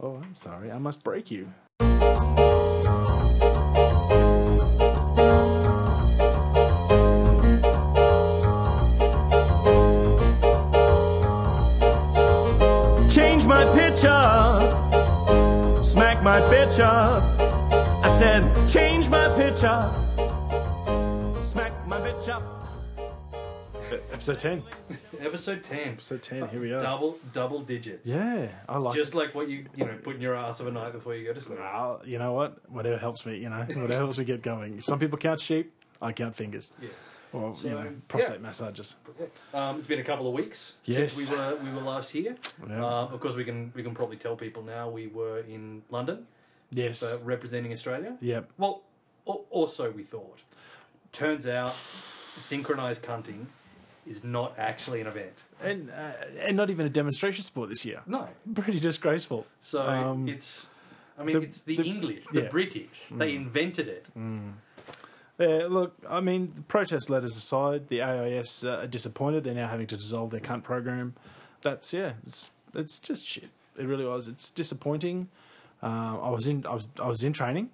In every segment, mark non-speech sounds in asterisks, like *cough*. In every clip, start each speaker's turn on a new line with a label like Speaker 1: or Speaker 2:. Speaker 1: Oh, I'm sorry. I must break you.
Speaker 2: Change my pitch up. Smack my bitch up. I said, change my pitch up. Smack my bitch up.
Speaker 1: Episode 10.
Speaker 3: Episode 10.
Speaker 1: Episode 10, here we are.
Speaker 3: Double double digits.
Speaker 1: Yeah, I like
Speaker 3: Just like what you you know put in your ass of a night before you go to sleep.
Speaker 1: I'll- you know what? Whatever helps me, you know, *laughs* whatever helps me get going. If Some people count sheep, I count fingers.
Speaker 3: Yeah.
Speaker 1: Or,
Speaker 3: So,
Speaker 1: you know, prostate
Speaker 3: yeah.
Speaker 1: massages.
Speaker 3: Um, it's been a couple of weeks
Speaker 1: Yes.
Speaker 3: since we were we were last here.
Speaker 1: Yeah.
Speaker 3: Um, of course, we can we can probably tell people now we were in London
Speaker 1: yes.
Speaker 3: uh, representing Australia.
Speaker 1: yep.
Speaker 3: Well, al- also we thought. Turns out, synchronized cunting is not actually an event.
Speaker 1: And, uh, and not even a demonstration sport this year.
Speaker 3: No.
Speaker 1: Pretty disgraceful.
Speaker 3: So
Speaker 1: Um,
Speaker 3: it's. I mean,
Speaker 1: the-
Speaker 3: it's the,
Speaker 1: the-
Speaker 3: English, the
Speaker 1: yeah. Mm.
Speaker 3: British. They invented it.
Speaker 1: Yeah, look, I mean, the protest letters aside, the AIS uh, are disappointed. They're now having to dissolve their cunt program. That's yeah, it's it's just shit. It really was. It's disappointing. Um, I was in I was I was in training.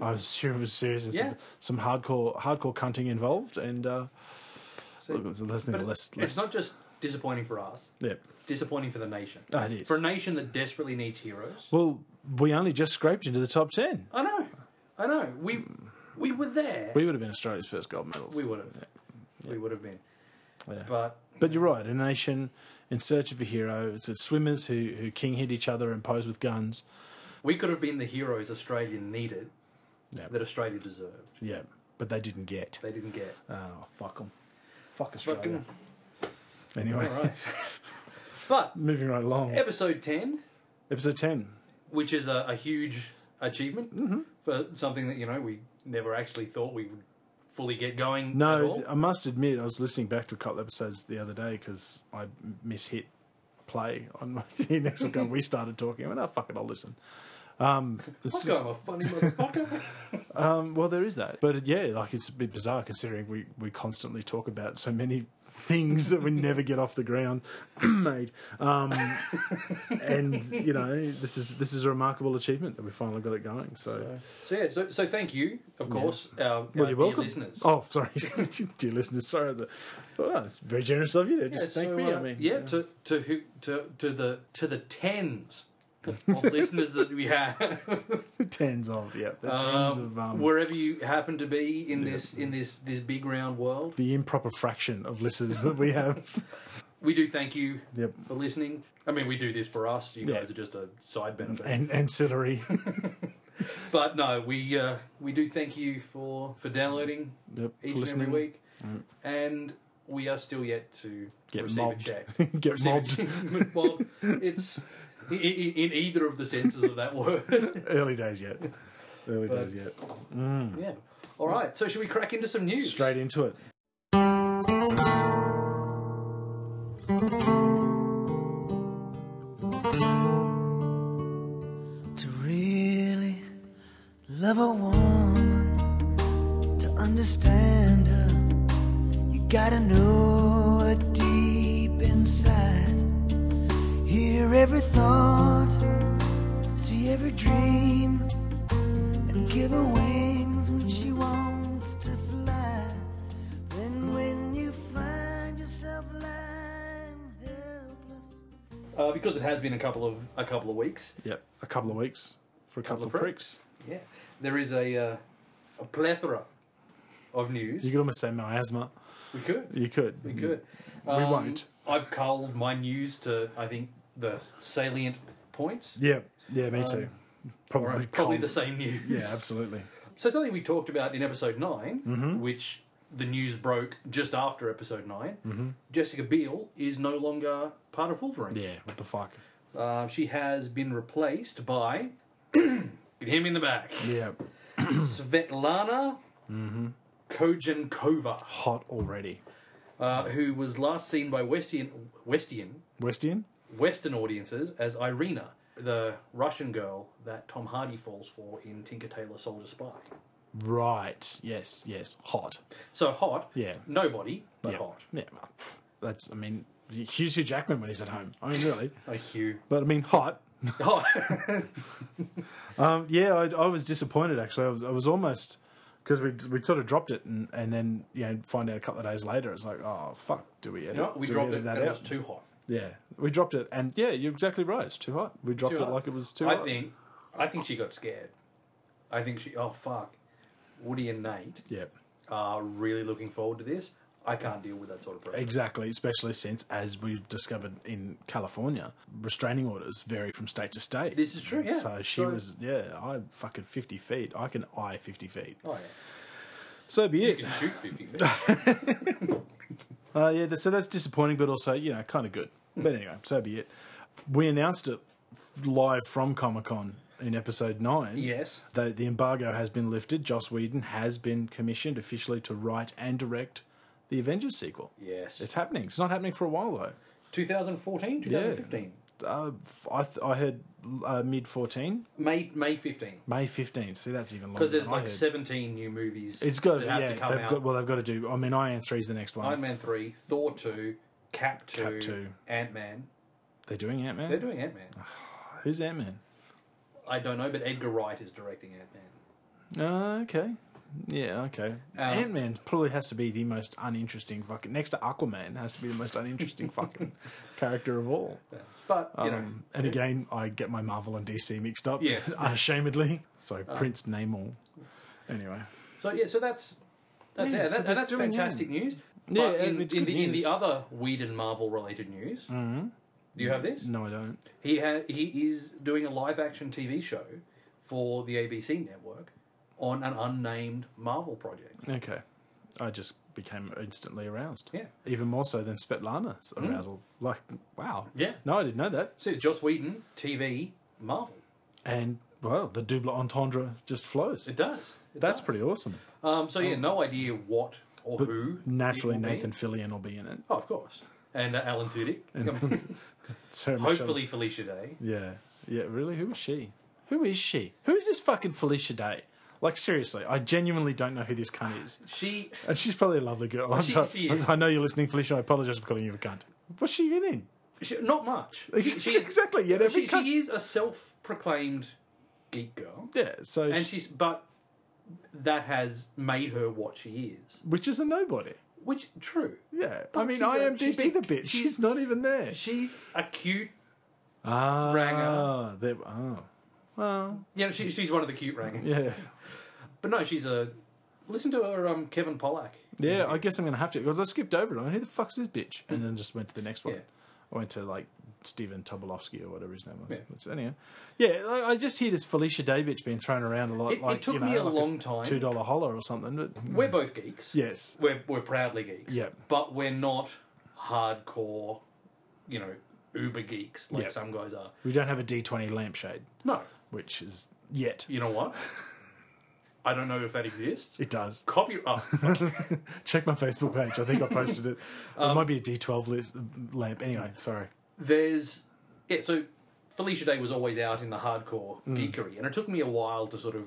Speaker 1: I was sure it was serious. and
Speaker 3: Hmm. Yeah.
Speaker 1: Some, some hardcore hardcore cunting involved, and uh,
Speaker 3: So-
Speaker 1: look, it's less,
Speaker 3: but
Speaker 1: less,
Speaker 3: It's
Speaker 1: less.
Speaker 3: not just disappointing for us.
Speaker 1: yeah.
Speaker 3: It's disappointing for the nation.
Speaker 1: Oh, it is.
Speaker 3: For a nation that desperately needs heroes.
Speaker 1: Well, we only just scraped into the top ten.
Speaker 3: I know. I know. We we were there.
Speaker 1: We would have been Australia's first gold medals.
Speaker 3: We would have. We would have been.
Speaker 1: Yeah.
Speaker 3: But
Speaker 1: But you're right, a nation in search of a hero. It's the swimmers who who king hit each other and pose with guns.
Speaker 3: we could have been the heroes Australia needed,
Speaker 1: Yeah.
Speaker 3: that Australia deserved.
Speaker 1: Yeah, but they didn't get.
Speaker 3: They didn't get.
Speaker 1: Oh, fuck them. Fuck Australia.
Speaker 3: Fucking all
Speaker 1: Anyway,
Speaker 3: right. *laughs* but
Speaker 1: moving right along.
Speaker 3: episode ten,
Speaker 1: Episode 10.
Speaker 3: which is a, a huge achievement
Speaker 1: Mm-hmm.
Speaker 3: for something that you know we never actually thought we would fully get going. at
Speaker 1: No, uh,
Speaker 3: all.
Speaker 1: I must admit, I was listening back to a couple episodes the other day because I mishit play on my *laughs* thing. Next week, we started talking. I went, oh, fuck it, I'll listen. Um, it's
Speaker 3: What's going on, funny
Speaker 1: *laughs*
Speaker 3: motherfucker?
Speaker 1: um, well, there is that. But yeah, like it's a bit bizarre considering we, we constantly talk about so many things that we never get off the ground *clears throat* made. Um, and, you know, this is this is a remarkable achievement that we finally got it going. so.
Speaker 3: so yeah, so, so thank you, of course, our, our
Speaker 1: Well,
Speaker 3: dear
Speaker 1: you're welcome.
Speaker 3: listeners.
Speaker 1: Oh, sorry, *laughs* dear listeners. Sorry, that, well, it's very generous of you to
Speaker 3: Yeah,
Speaker 1: just thank
Speaker 3: so,
Speaker 1: me.
Speaker 3: uh,
Speaker 1: I mean,
Speaker 3: yeah, to to who to to the to the tens of listeners that we have,
Speaker 1: tens of yeah, *laughs* the tens
Speaker 3: um,
Speaker 1: of um,
Speaker 3: wherever you happen to be in this in this this big round world,
Speaker 1: the improper fraction of listeners that we
Speaker 3: *laughs*
Speaker 1: have.
Speaker 3: we do thank you
Speaker 1: yep,
Speaker 3: for listening. I mean, we do this for us. You
Speaker 1: Yeah.
Speaker 3: guys are just a side benefit,
Speaker 1: and ancillary.
Speaker 3: but no, we uh, we do thank you for for downloading
Speaker 1: Yep,
Speaker 3: each
Speaker 1: for
Speaker 3: and every
Speaker 1: listening.
Speaker 3: week, and we are still yet to
Speaker 1: Get
Speaker 3: receive
Speaker 1: mobbed.
Speaker 3: a check.
Speaker 1: *laughs* Get
Speaker 3: Receive a
Speaker 1: *laughs* mobbed.
Speaker 3: *laughs* check. well, it's i- i- in either of the senses of that word.
Speaker 1: Early days yet. Early
Speaker 3: But-
Speaker 1: days yet.
Speaker 3: Yeah. All right. So should we crack into some news?
Speaker 1: Straight into it.
Speaker 4: To really love a woman, to understand her, you gotta know her deep inside. Hear every thought, see every dream, and give her wings when she wants to fly. Then when you find yourself lying helpless.
Speaker 3: Uh, because it has been a couple of a couple of weeks.
Speaker 1: Yep, a couple of weeks for a couple, of pricks.
Speaker 3: Yeah. There is a uh, a plethora of news.
Speaker 1: You could almost say miasma.
Speaker 3: we could.
Speaker 1: You could.
Speaker 3: We could. Um,
Speaker 1: We won't.
Speaker 3: I've culled my news to I think the salient points.
Speaker 1: Yeah, yeah, me too. Probably,
Speaker 3: Or probably
Speaker 1: cold.
Speaker 3: the same news.
Speaker 1: Yeah, absolutely.
Speaker 3: So something we talked about in episode 9
Speaker 1: Mm-hmm.
Speaker 3: which the news broke just after episode 9
Speaker 1: Mm-hmm.
Speaker 3: Jessica Biel is no longer part of Wolverine.
Speaker 1: Yeah, what the fuck?
Speaker 3: Uh, she has been replaced by. you can hear me in the back.
Speaker 1: Yeah,
Speaker 3: Svetlana Kojenkova,
Speaker 1: hot already.
Speaker 3: uh, who was last seen by Westian, Westian,
Speaker 1: Westian?
Speaker 3: Western audiences as Irina, the Russian girl that Tom Hardy falls for in Tinker Tailor Soldier Spy.
Speaker 1: Right. Yes. Yes. Hot.
Speaker 3: So hot,
Speaker 1: Yeah.
Speaker 3: nobody, but
Speaker 1: yeah.
Speaker 3: hot.
Speaker 1: Yeah. well, pff, That's. I mean, Hugh Hugh Jackman when he's at home. I mean, really.
Speaker 3: *laughs* A Hugh.
Speaker 1: But I mean, hot.
Speaker 3: Oh,
Speaker 1: Um, yeah, I, I was disappointed actually. I was, I was almost because we we sort of dropped it and, and then you know find out a couple of days later it's like oh fuck do we edit,
Speaker 3: no, we
Speaker 1: do
Speaker 3: dropped
Speaker 1: edit
Speaker 3: it,
Speaker 1: that
Speaker 3: and it
Speaker 1: out?
Speaker 3: was too hot.
Speaker 1: yeah we dropped it and yeah you're exactly right it's too hot we dropped
Speaker 3: Too
Speaker 1: it
Speaker 3: hot.
Speaker 1: like it was too
Speaker 3: I
Speaker 1: hot
Speaker 3: think, I think she got scared. I think she. Oh fuck, Woody and Nate
Speaker 1: yeah
Speaker 3: are really looking forward to this. I can't deal with that sort of pressure.
Speaker 1: exactly especially since as we discovered in California restraining orders vary from state to state
Speaker 3: This is true, yeah.
Speaker 1: so she
Speaker 3: So-
Speaker 1: was yeah I fucking fifty feet I can eye fifty feet
Speaker 3: Oh yeah,
Speaker 1: so be
Speaker 3: you
Speaker 1: it
Speaker 3: can shoot fifty feet.
Speaker 1: Uh, yeah, th- so that's disappointing, but also you know kind of good.
Speaker 3: Hmm.
Speaker 1: But anyway, so be it. We announced it live from Comic Con in episode nine.
Speaker 3: yes,
Speaker 1: The, the embargo has been lifted. Joss Whedon has been commissioned officially to write and direct the Avengers sequel.
Speaker 3: *laughs* yes.
Speaker 1: It's happening. It's not happening for a while though.
Speaker 3: 2014, 2015,
Speaker 1: Uh, f- I, th- I heard uh, mid fourteen,
Speaker 3: May May 15.
Speaker 1: May fifteenth. See, that's even longer.
Speaker 3: Because there's
Speaker 1: than I
Speaker 3: like
Speaker 1: heard.
Speaker 3: 17 new movies.
Speaker 1: It's got to,
Speaker 3: that have
Speaker 1: yeah.
Speaker 3: to come
Speaker 1: They've
Speaker 3: out.
Speaker 1: got well, they've got to do. I mean, Iron Man three's the next one.
Speaker 3: Iron Man 3, Thor 2, Cap 2,
Speaker 1: Cap 2.
Speaker 3: Ant Man.
Speaker 1: They're doing Ant
Speaker 3: They're
Speaker 1: Man.
Speaker 3: doing Ant Man.
Speaker 1: Ah. Who's Ant Man?
Speaker 3: I don't know, but Edgar Wright is directing Ant Man.
Speaker 1: Uh, okay. Yeah, okay.
Speaker 3: Uh,
Speaker 1: Ant Man probably has to be the most uninteresting fucking. Next to Aquaman, has to be the most
Speaker 3: *laughs*
Speaker 1: uninteresting fucking character of all.
Speaker 3: But, you know, uh,
Speaker 1: Um, and again, I get my Marvel and DC mixed up,
Speaker 3: Yes.
Speaker 1: *laughs*
Speaker 3: Uh.
Speaker 1: unashamedly. So Prince Namor. Anyway,
Speaker 3: So yeah, so that's that's
Speaker 1: Yeah,
Speaker 3: it.
Speaker 1: so
Speaker 3: That,
Speaker 1: they're
Speaker 3: that's
Speaker 1: doing
Speaker 3: fantastic news.
Speaker 1: Yeah,
Speaker 3: but in,
Speaker 1: it's
Speaker 3: in
Speaker 1: good
Speaker 3: the in
Speaker 1: news. Mm-hmm.
Speaker 3: the other Weed and Marvel related news, do you have this?
Speaker 1: no, I don't.
Speaker 3: He ha- he is doing a live action TV show for the ABC network on an unnamed Marvel project.
Speaker 1: Okay, I just became instantly aroused.
Speaker 3: Yeah. Hmm.
Speaker 1: even more so than Svetlana's arousal. Like, wow.
Speaker 3: Yeah.
Speaker 1: No, I didn't know that.
Speaker 3: So Joss Whedon TV Marvel.
Speaker 1: And well, the double entendre just flows.
Speaker 3: It does. It
Speaker 1: That's
Speaker 3: does.
Speaker 1: pretty awesome.
Speaker 3: Um, so yeah, no idea what or who. it
Speaker 1: Naturally,
Speaker 3: will be.
Speaker 1: Nathan Fillion will be in it.
Speaker 3: Oh, of course. And uh, Alan Tudyk.
Speaker 1: So Michelle-
Speaker 3: Hopefully Felicia Day.
Speaker 1: Yeah. Yeah, really? Who is she? Who is she? Who is this fucking Felicia Day? Like, seriously, I genuinely don't know who this cunt is.
Speaker 3: She
Speaker 1: And she's probably a lovely girl. I'm
Speaker 3: She-
Speaker 1: sorry.
Speaker 3: she is.
Speaker 1: I know you're listening, Felicia. I apologize for calling you a cunt. What's she in? in?
Speaker 3: She, not *laughs* much. She, she-
Speaker 1: exactly. Yet every
Speaker 3: she,
Speaker 1: cunt.
Speaker 3: she is a self-proclaimed geek girl,
Speaker 1: yeah, so.
Speaker 3: and
Speaker 1: she-
Speaker 3: she's but that has made her what she is.
Speaker 1: which is a nobody.
Speaker 3: Which true.
Speaker 1: Yeah. I mean,
Speaker 3: she's a-
Speaker 1: IMDb
Speaker 3: she's a-
Speaker 1: the bitch. She's,
Speaker 3: she's-
Speaker 1: not even there.
Speaker 3: She's a cute.
Speaker 1: Ah.
Speaker 3: Ranger.
Speaker 1: there- Oh. Well,
Speaker 3: You know, she, she's one of the cute rangers.
Speaker 1: yeah.
Speaker 3: But no, she's a. Listen to her, um, Kevin Pollack.
Speaker 1: Yeah, I guess I'm going to have to. Because I skipped over it. I mean, who the fuck's this bitch? And then just went to the next one.
Speaker 3: Yeah.
Speaker 1: I went to like Stephen Tobolowsky or whatever his name was.
Speaker 3: Yeah.
Speaker 1: Which, anyhow, yeah, I, I just hear this Felicia Day bitch being thrown around a lot.
Speaker 3: It- it
Speaker 1: like,
Speaker 3: took
Speaker 1: you know,
Speaker 3: me a
Speaker 1: like
Speaker 3: long time.
Speaker 1: Two dollar holler or something. But
Speaker 3: We're both geeks.
Speaker 1: yes,
Speaker 3: We're we're proudly geeks.
Speaker 1: Yeah.
Speaker 3: But we're not hardcore. You know, uber geeks like
Speaker 1: Yeah.
Speaker 3: some guys are.
Speaker 1: we don't have a D twenty lampshade,
Speaker 3: No.
Speaker 1: which is yet
Speaker 3: You
Speaker 1: *laughs*
Speaker 3: know what? I don't know if that exists.
Speaker 1: it does.
Speaker 3: Copy. Oh,
Speaker 1: Check my Facebook page. I think I posted
Speaker 3: *laughs*
Speaker 1: it.
Speaker 3: Um,
Speaker 1: it might be a D twelve list lamp. Anyway, sorry.
Speaker 3: there's yeah so felicia day was always out in the hardcore
Speaker 1: Mm.
Speaker 3: geekery and it took me a while to sort of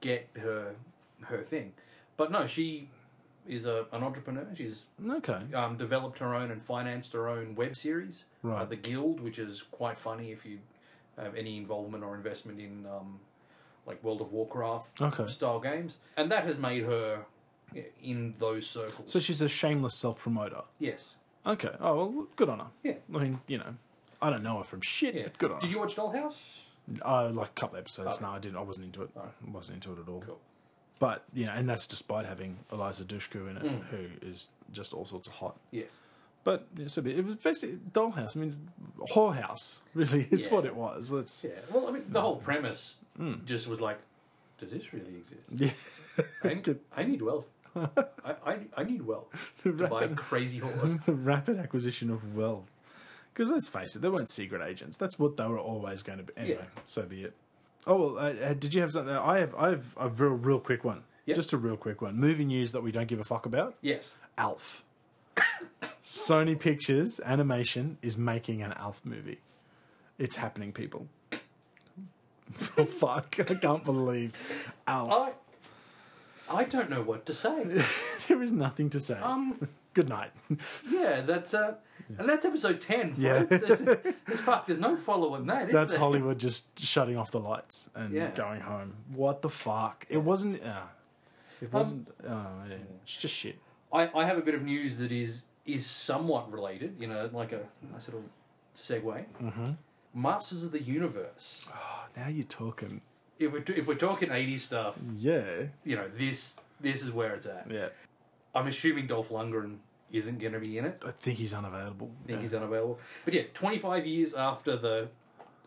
Speaker 3: get her her thing but no she is a, an entrepreneur she's
Speaker 1: Okay.
Speaker 3: um, developed her own and financed her own web series uh,
Speaker 1: Right.
Speaker 3: the guild which is quite funny if you have any involvement or investment in um, like world of warcraft
Speaker 1: Okay.
Speaker 3: style games and that has made her yeah, in those circles
Speaker 1: So she's a shameless self promoter.
Speaker 3: yes
Speaker 1: Okay. Oh well, good on her.
Speaker 3: yeah
Speaker 1: I mean, you know, I don't know her from shit.
Speaker 3: yeah
Speaker 1: But good on her.
Speaker 3: did you watch dollhouse
Speaker 1: Uh, like a couple episodes.
Speaker 3: Okay.
Speaker 1: No, I didn't. I wasn't into it. I wasn't into it at all.
Speaker 3: Cool.
Speaker 1: But you know, and that's despite having Eliza Dushku in it,
Speaker 3: Mm.
Speaker 1: who is just all sorts of hot.
Speaker 3: yes
Speaker 1: But it's a bit. It was basically Dollhouse. I mean, whorehouse. Really, it's
Speaker 3: Yeah.
Speaker 1: what it was. It's *laughs*
Speaker 3: Yeah, well, I mean, the whole premise just was like, does this really exist?
Speaker 1: Hmm. *laughs* yeah.
Speaker 3: I need, I need wealth. I, I, I need wealth to buy
Speaker 1: rapid-
Speaker 3: crazy horse.
Speaker 1: the rapid acquisition of wealth. Because let's face it, they weren't secret agents. That's what they were always going to be. Anyway,
Speaker 3: Yeah.
Speaker 1: so be it. Oh well, uh, uh, did you have something? I have. I have a real, real quick one.
Speaker 3: Yeah.
Speaker 1: Just a real quick one. Movie news that we don't give a fuck about.
Speaker 3: Yes. *laughs*
Speaker 1: Alf. Sony Pictures Animation is making an Alf movie. It's happening, people. *laughs* Fuck, I can't believe Alf.
Speaker 3: I, I don't
Speaker 1: *laughs*
Speaker 3: know what to say.
Speaker 1: There is nothing to say.
Speaker 3: Um,
Speaker 1: Good night.
Speaker 3: yeah, that's uh, And that's episode 10,
Speaker 1: Yeah.
Speaker 3: folks. It's, it's fuck, there's no following that, is
Speaker 1: That's
Speaker 3: there?
Speaker 1: Hollywood just shutting off the lights and
Speaker 3: Yeah.
Speaker 1: going home. What the fuck? It wasn't. Uh, it
Speaker 3: Um,
Speaker 1: wasn't. uh, yeah, It's just shit.
Speaker 3: I, I have a bit of news that is is somewhat related, you know, like a nice little segue. Mm-hmm. Masters of the Universe.
Speaker 1: Oh, now you're talking.
Speaker 3: If we're, if we're talking 80s stuff,
Speaker 1: Yeah.
Speaker 3: you know, this this is where it's at.
Speaker 1: Yeah.
Speaker 3: I'm assuming Dolph Lundgren isn't going to be in it.
Speaker 1: I think he's unavailable.
Speaker 3: I think
Speaker 1: Yeah.
Speaker 3: he's unavailable. But yeah, 25 years after the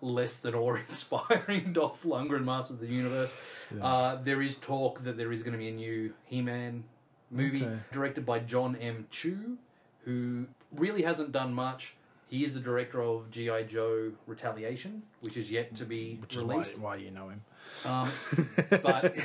Speaker 3: less than awe inspiring *laughs* Dolph Lundgren Master of the Universe, uh, there is talk that there is going to be a new He Man movie
Speaker 1: Okay.
Speaker 3: directed by John M. Chu, who really hasn't done much. He is the director of G.I. Joe Retaliation, which is yet to be
Speaker 1: Which is why,
Speaker 3: released.
Speaker 1: why you know him.
Speaker 3: Um, but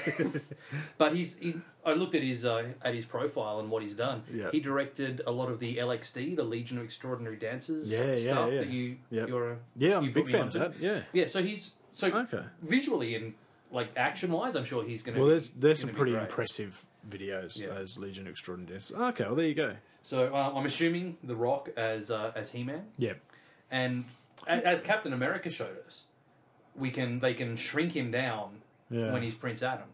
Speaker 3: *laughs* but he's he, I looked at his uh, at his profile and what he's done.
Speaker 1: Yeah.
Speaker 3: He directed a lot of the LXD, the Legion of Extraordinary Dancers
Speaker 1: Yeah, yeah,
Speaker 3: stuff
Speaker 1: yeah.
Speaker 3: that you
Speaker 1: Yep.
Speaker 3: you're a,
Speaker 1: Yeah, I'm
Speaker 3: you
Speaker 1: a big
Speaker 3: put me
Speaker 1: fan of
Speaker 3: onto.
Speaker 1: that. Yeah.
Speaker 3: Yeah, so he's so
Speaker 1: Okay.
Speaker 3: visually and like action wise, I'm sure he's going to.
Speaker 1: Well, there's there's some
Speaker 3: gonna be
Speaker 1: pretty
Speaker 3: great.
Speaker 1: impressive videos
Speaker 3: Yeah.
Speaker 1: as Legion Extraordinary. Okay, well there you go.
Speaker 3: So uh, I'm assuming The Rock as uh, as He Man
Speaker 1: Yeah.
Speaker 3: and a- as Captain America showed us, we can they can shrink him down
Speaker 1: Yeah.
Speaker 3: when he's Prince Adam.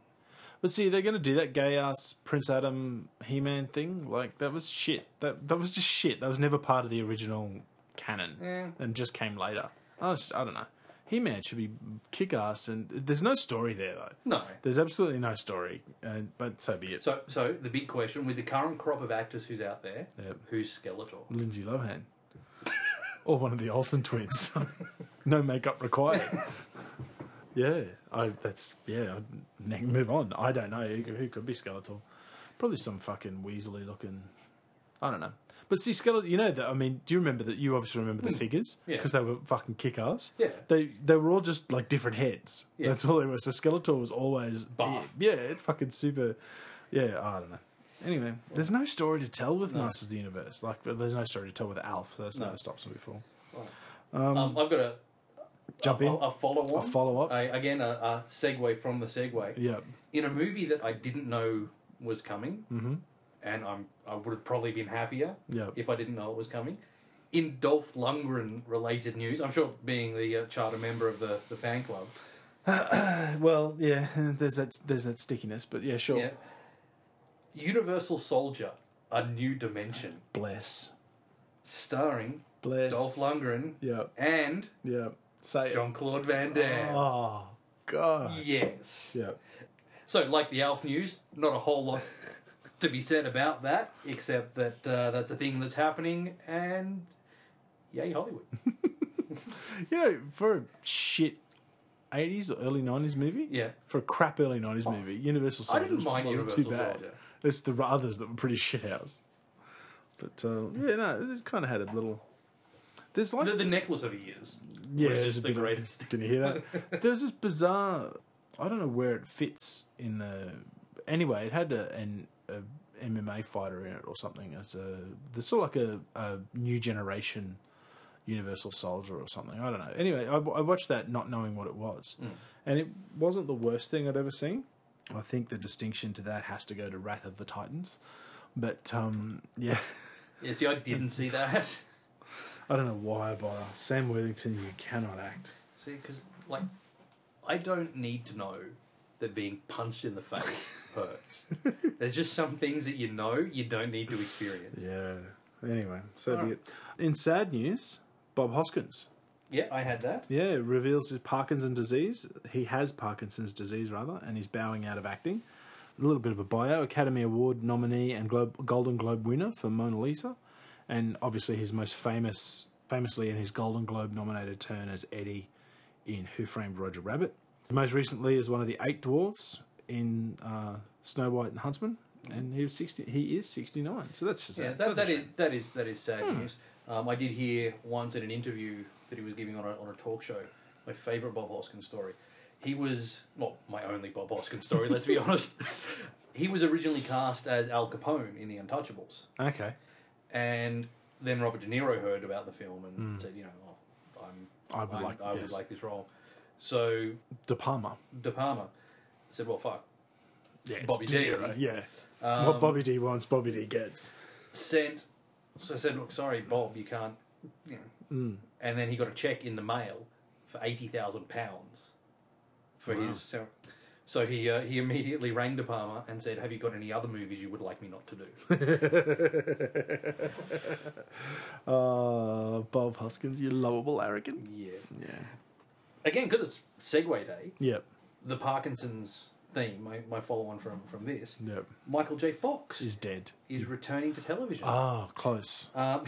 Speaker 1: But see, they're going to do that gay ass Prince Adam He Man thing. Like, that was shit. That that was just shit. That was never part of the original canon
Speaker 3: Yeah.
Speaker 1: and just came later. I, was, I don't know. He Man should be kick ass, and there's no story there, though.
Speaker 3: No,
Speaker 1: There's absolutely no story, and, but so be it.
Speaker 3: So, so the big question with the current crop of actors who's out there,
Speaker 1: Yep.
Speaker 3: who's Skeletor?
Speaker 1: Lindsay Lohan. or one of the Olsen twins. no makeup required. yeah, I, that's, yeah, I'd ne- move on. I don't know who, who could be Skeletor. Probably some fucking weaselly looking, I don't know. But see, Skeletor, you know that, I mean, do you remember that? You obviously remember the figures
Speaker 3: Yeah.
Speaker 1: because they were fucking kick ass.
Speaker 3: Yeah.
Speaker 1: They, they were all just like different heads.
Speaker 3: Yeah.
Speaker 1: That's all they were. So Skeletor was always
Speaker 3: Buff.
Speaker 1: Yeah, it fucking super. Yeah, I don't know. Anyway, there's no story to tell with Masters of the Universe. Like, but there's no story to tell with Alf. So that's
Speaker 3: No.
Speaker 1: never stops me before.
Speaker 3: Um, I've got a
Speaker 1: Jump
Speaker 3: a,
Speaker 1: in.
Speaker 3: a, follow on,
Speaker 1: A follow-up.
Speaker 3: I, again, a, a segue from the segue
Speaker 1: yeah.
Speaker 3: in a movie that I didn't know was coming,
Speaker 1: Mm-hmm.
Speaker 3: and I'm I would have probably been happier
Speaker 1: Yeah.
Speaker 3: if I didn't know it was coming. In Dolph Lundgren related news, I'm sure being the uh, charter member of the, the fan club,
Speaker 1: Well, yeah. *laughs* There's that. There's that stickiness. But yeah, sure.
Speaker 3: yeah, Universal Soldier: A New Dimension,
Speaker 1: Bless.
Speaker 3: starring
Speaker 1: Bless.
Speaker 3: Dolph Lundgren
Speaker 1: Yeah.
Speaker 3: and
Speaker 1: Yeah. Say.
Speaker 3: Jean Claude Van Damme.
Speaker 1: Oh God.
Speaker 3: Yes.
Speaker 1: Yeah.
Speaker 3: So, like the Alf news, not a whole lot *laughs* to be said about that, except that uh, that's a thing that's happening, and yay, Hollywood.
Speaker 1: You know, for a shit. 80s or early 90s movie?
Speaker 3: Yeah. Oh,
Speaker 1: For a crap early 90s movie, Universal
Speaker 3: I
Speaker 1: Soldier
Speaker 3: didn't mind
Speaker 1: wasn't
Speaker 3: Universal
Speaker 1: too bad.
Speaker 3: Soldier.
Speaker 1: It's the others that were pretty shithouse. But uh, yeah, no, it kind of had a little. There's like
Speaker 3: The, the necklace of ears.
Speaker 1: yeah,
Speaker 3: was
Speaker 1: there's
Speaker 3: just
Speaker 1: a
Speaker 3: the
Speaker 1: bit of- *laughs*
Speaker 3: greatest.
Speaker 1: Can you hear
Speaker 3: *laughs*
Speaker 1: that? there's this bizarre. I don't know where it fits in the. Anyway, it had a, an a MMA fighter in it or something. As a, there's sort of like a, a new generation Universal Soldier or something. I don't know. Anyway, I, I watched that not knowing what it was,
Speaker 3: Hmm.
Speaker 1: and it wasn't the worst thing I'd ever seen. I think the distinction to that has to go to Wrath of the Titans, but um, yeah. *laughs*
Speaker 3: Yeah, see, I didn't see that. *laughs*
Speaker 1: I don't know why I bother. Sam Worthington, you cannot act.
Speaker 3: see, because, like, I don't need to know that being punched in the *laughs* face hurts. There's just some things that you know you don't need to experience.
Speaker 1: Yeah. Anyway, so
Speaker 3: All
Speaker 1: be
Speaker 3: right.
Speaker 1: it. In sad news, Bob Hoskins.
Speaker 3: Yeah, I had that.
Speaker 1: Yeah, reveals his Parkinson's disease. He has Parkinson's disease, rather, and he's bowing out of acting. A little bit of a bio Academy Award nominee and Glo- Golden Globe winner for Mona Lisa. And obviously, his most famous, famously in his Golden Globe nominated turn as Eddie in Who Framed Roger Rabbit. Most recently, as one of the eight dwarfs in uh, Snow White and the Huntsman. And he was sixty. He is sixty-nine. So that's just
Speaker 3: Yeah,
Speaker 1: a-
Speaker 3: that,
Speaker 1: that's a
Speaker 3: that is
Speaker 1: shame. Hmm.
Speaker 3: that is that is sad news. Um, I did hear once in an interview that he was giving on a, on a talk show. My favourite Bob Hoskins story. He was well, my only Bob Hoskins story. let's be *laughs* honest. He was originally cast as Al Capone in The Untouchables,
Speaker 1: okay.
Speaker 3: and then Robert De Niro heard about the film and said, you know, oh, I'm,
Speaker 1: Hmm. I would
Speaker 3: I'm-
Speaker 1: like.
Speaker 3: I would
Speaker 1: yes.
Speaker 3: like this role. So
Speaker 1: De Palma.
Speaker 3: De Palma said, well, fuck,
Speaker 1: Yeah, Um,
Speaker 3: Bobby D,
Speaker 1: Yeah. what Bobby D wants, Bobby D gets.
Speaker 3: sent So I said, look, sorry, Bob, you can't. You know. And then he got a check in the mail for eighty thousand pounds for his. So he uh, he immediately rang De Palma and said, "Have you got any other movies you would like me not to do?"
Speaker 1: Uh, Bob Hoskins, you lovable arrogant.
Speaker 3: yes.
Speaker 1: Yeah.
Speaker 3: Again, because it's Segway Day,
Speaker 1: Yep.
Speaker 3: the Parkinson's theme, my, my follow on from from this,
Speaker 1: Yep.
Speaker 3: Michael J. Fox is,
Speaker 1: Is dead.
Speaker 3: returning to television.
Speaker 1: Ah, close.
Speaker 3: Um,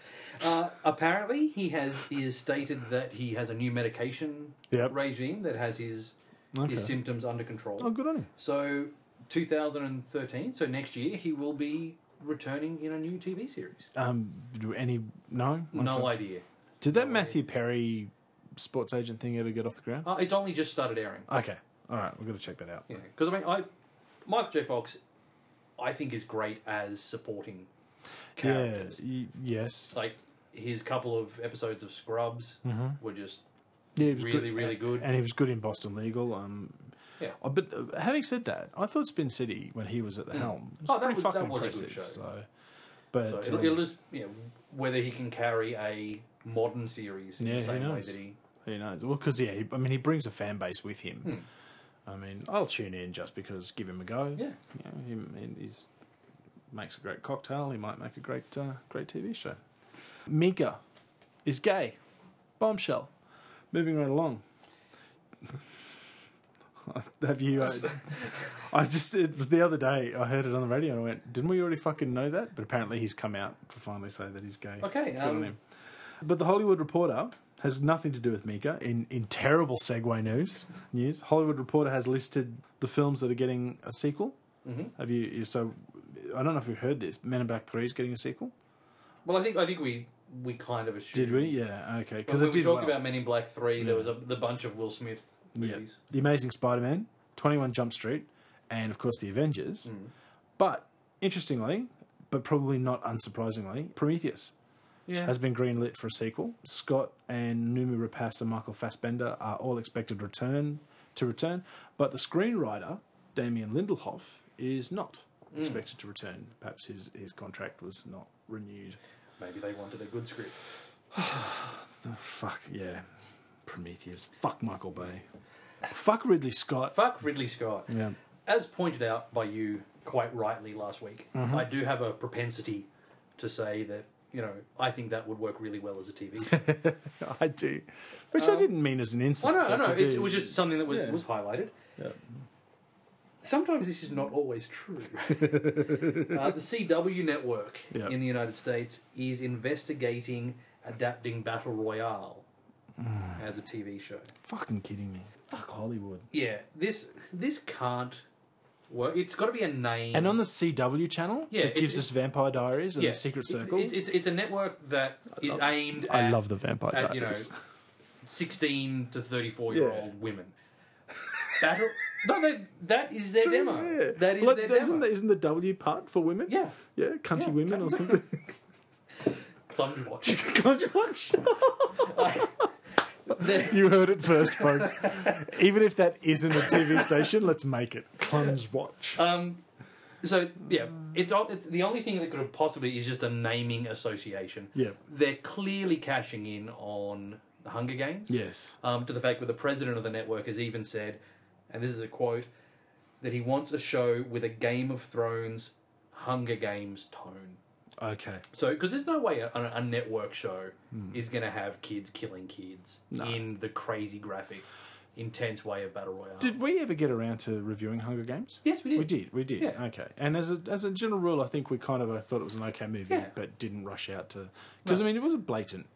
Speaker 3: *laughs* uh, apparently, he has he has stated that he has a new medication
Speaker 1: Yep.
Speaker 3: regime that has his
Speaker 1: Okay.
Speaker 3: his symptoms under control.
Speaker 1: Oh, good on him.
Speaker 3: So, 2013, so next year, he will be returning in a new TV series.
Speaker 1: Um, do any no?
Speaker 3: No idea.
Speaker 1: Did that Matthew Perry sports agent thing ever get off the ground?
Speaker 3: Uh, it's only just started airing.
Speaker 1: Okay. All right. We're gonna check that out.
Speaker 3: Oh. Yeah, because I mean, I Michael J. Fox, I think is great as supporting
Speaker 1: Yeah.
Speaker 3: characters.
Speaker 1: y- yes.
Speaker 3: Like his couple of episodes of Scrubs
Speaker 1: Mm-hmm.
Speaker 3: were just
Speaker 1: Yeah, he was
Speaker 3: really, really
Speaker 1: and-
Speaker 3: good.
Speaker 1: and he was good in Boston Legal. Um,
Speaker 3: yeah.
Speaker 1: oh, but uh, having said that, I thought Spin City when he was at the helm was
Speaker 3: Oh, that
Speaker 1: pretty
Speaker 3: was- that
Speaker 1: fucking
Speaker 3: was a good
Speaker 1: impressive.
Speaker 3: show.
Speaker 1: So,
Speaker 3: So
Speaker 1: but
Speaker 3: it'll,
Speaker 1: um,
Speaker 3: it'll just you know, whether he can carry a modern series in
Speaker 1: Yeah,
Speaker 3: the
Speaker 1: who
Speaker 3: same way
Speaker 1: knows?
Speaker 3: that he.
Speaker 1: Who knows? Well, because yeah, he, I mean, he brings a fan base with him.
Speaker 3: Hmm.
Speaker 1: I mean, I'll tune in just because. Give him a go.
Speaker 3: Yeah.
Speaker 1: You know, him, and he's makes a great cocktail. He might make a great, uh, great TV show. Mika is gay. Bombshell. Moving right along. *laughs* Have you?
Speaker 3: *laughs*
Speaker 1: Uh, I just it was the other day. I heard it on the radio. and I went, "Didn't we already fucking know that?" But apparently, he's come out to finally say that he's gay.
Speaker 3: Okay,
Speaker 1: Good on
Speaker 3: um,
Speaker 1: him. But the Hollywood Reporter has nothing to do with Mika. In in terrible segue news, news Hollywood Reporter has listed the films that are getting a sequel.
Speaker 3: Mhm.
Speaker 1: Have you? you- So I don't know if you've heard this. Men in Black Three is getting a sequel.
Speaker 3: Well, I think I think we we kind of assumed.
Speaker 1: Did we? Yeah. Okay. Because
Speaker 3: Because when
Speaker 1: it
Speaker 3: we
Speaker 1: did
Speaker 3: talked
Speaker 1: well.
Speaker 3: about Men in Black Three,
Speaker 1: Yeah.
Speaker 3: there was a the bunch of Will Smith
Speaker 1: Yeah.
Speaker 3: movies.
Speaker 1: The Amazing Spider Man, 21 Jump Street, and of course The Avengers.
Speaker 3: Mm.
Speaker 1: But interestingly, but probably not unsurprisingly, Prometheus
Speaker 3: Yeah.
Speaker 1: has been greenlit for a sequel. Scott and Numi Rapace and Michael Fassbender are all expected return to return, but the screenwriter, Damien Lindelhoff, is not
Speaker 3: Mm.
Speaker 1: expected to return. Perhaps his, his contract was not renewed.
Speaker 3: Maybe they wanted a good script.
Speaker 1: Fuck, yeah. Prometheus. Fuck Michael Bay. Fuck Ridley Scott.
Speaker 3: Fuck Ridley Scott.
Speaker 1: Yeah.
Speaker 3: As pointed out by you quite rightly last week,
Speaker 1: Mm-hmm.
Speaker 3: I do have a propensity to say that you know I think that would work really well as a TV. show.
Speaker 1: *laughs* I do, which I didn't mean as an
Speaker 3: Um, I
Speaker 1: insult.
Speaker 3: know, I
Speaker 1: but
Speaker 3: know.
Speaker 1: you
Speaker 3: It's,
Speaker 1: do.
Speaker 3: it was just something that was
Speaker 1: Yeah.
Speaker 3: was highlighted.
Speaker 1: Yeah.
Speaker 3: Sometimes this is not
Speaker 1: *laughs*
Speaker 3: always true. uh, the CW network
Speaker 1: Yeah.
Speaker 3: in the United States is investigating adapting Battle Royale
Speaker 1: Mm.
Speaker 3: as a TV show.
Speaker 1: fucking kidding me. Fuck Hollywood.
Speaker 3: Yeah, this this can't work. It's got to be a name.
Speaker 1: And on the CW channel,
Speaker 3: Yeah,
Speaker 1: it gives
Speaker 3: it's-
Speaker 1: us Vampire Diaries and
Speaker 3: yeah,
Speaker 1: the Secret
Speaker 3: it-
Speaker 1: Circle.
Speaker 3: It's, it's, it's a network that is aimed.
Speaker 1: I
Speaker 3: at,
Speaker 1: love the Vampire
Speaker 3: at,
Speaker 1: Diaries.
Speaker 3: you know, sixteen to thirty-four year
Speaker 1: Yeah.
Speaker 3: old women. Battle. No, they, that is their demo.
Speaker 1: Yeah.
Speaker 3: That is
Speaker 1: Like,
Speaker 3: their
Speaker 1: isn't,
Speaker 3: demo.
Speaker 1: the, isn't the W part for women?
Speaker 3: Yeah.
Speaker 1: Yeah, cunty
Speaker 3: Yeah,
Speaker 1: women or something.
Speaker 3: *laughs*
Speaker 1: *laughs*
Speaker 3: Plunge watch.
Speaker 1: Can't you watch?
Speaker 3: They're-
Speaker 1: *laughs* you heard it first, folks.
Speaker 3: *laughs*
Speaker 1: Even if that isn't a TV station, let's make it. Clum's Watch.
Speaker 3: Um, so yeah, it's, all- it's the only thing that could have possibly is just a naming association.
Speaker 1: Yeah.
Speaker 3: they're clearly cashing in on the Hunger Games.
Speaker 1: Yes.
Speaker 3: Um, to the fact that the president of the network has even said, and this is a quote, that he wants a show with a Game of Thrones, Hunger Games tone.
Speaker 1: Okay.
Speaker 3: So, because there's no way a, a network show is going to have kids killing kids in the crazy graphic, intense way of battle royale.
Speaker 1: Did we ever get around to reviewing Hunger Games?
Speaker 3: yes, we did.
Speaker 1: We did, we did.
Speaker 3: Yeah.
Speaker 1: Okay. And as a as a general rule, I think we kind of I thought it was an okay movie,
Speaker 3: Yeah.
Speaker 1: but didn't rush out to because I mean it was a blatant.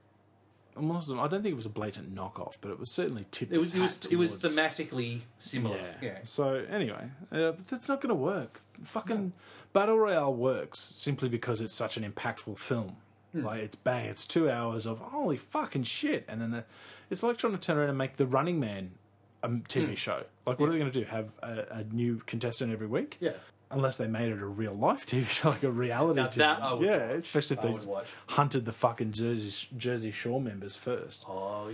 Speaker 1: it wasn't- I don't think it was a blatant knockoff, but it was certainly tipped.
Speaker 3: It
Speaker 1: its
Speaker 3: was it
Speaker 1: hat
Speaker 3: was, it was
Speaker 1: towards-
Speaker 3: thematically similar.
Speaker 1: Yeah.
Speaker 3: yeah.
Speaker 1: So anyway, uh, but that's not going to work. Fucking battle royale works simply because it's such an impactful film.
Speaker 3: Hmm.
Speaker 1: Like it's bang, it's two hours of holy fucking shit, and then the, it's like trying to turn around and make the Running Man a
Speaker 3: Hmm.
Speaker 1: TV show. Like, what are they going to do? Have a, a new contestant every week?
Speaker 3: Yeah.
Speaker 1: unless they made it a real life TV *laughs* show, like a reality
Speaker 3: Now
Speaker 1: TV.
Speaker 3: that I would
Speaker 1: yeah,
Speaker 3: watch.
Speaker 1: especially if
Speaker 3: I
Speaker 1: they
Speaker 3: would
Speaker 1: s-
Speaker 3: watch.
Speaker 1: hunted the fucking Jersey Jersey Shore members first.
Speaker 3: Oh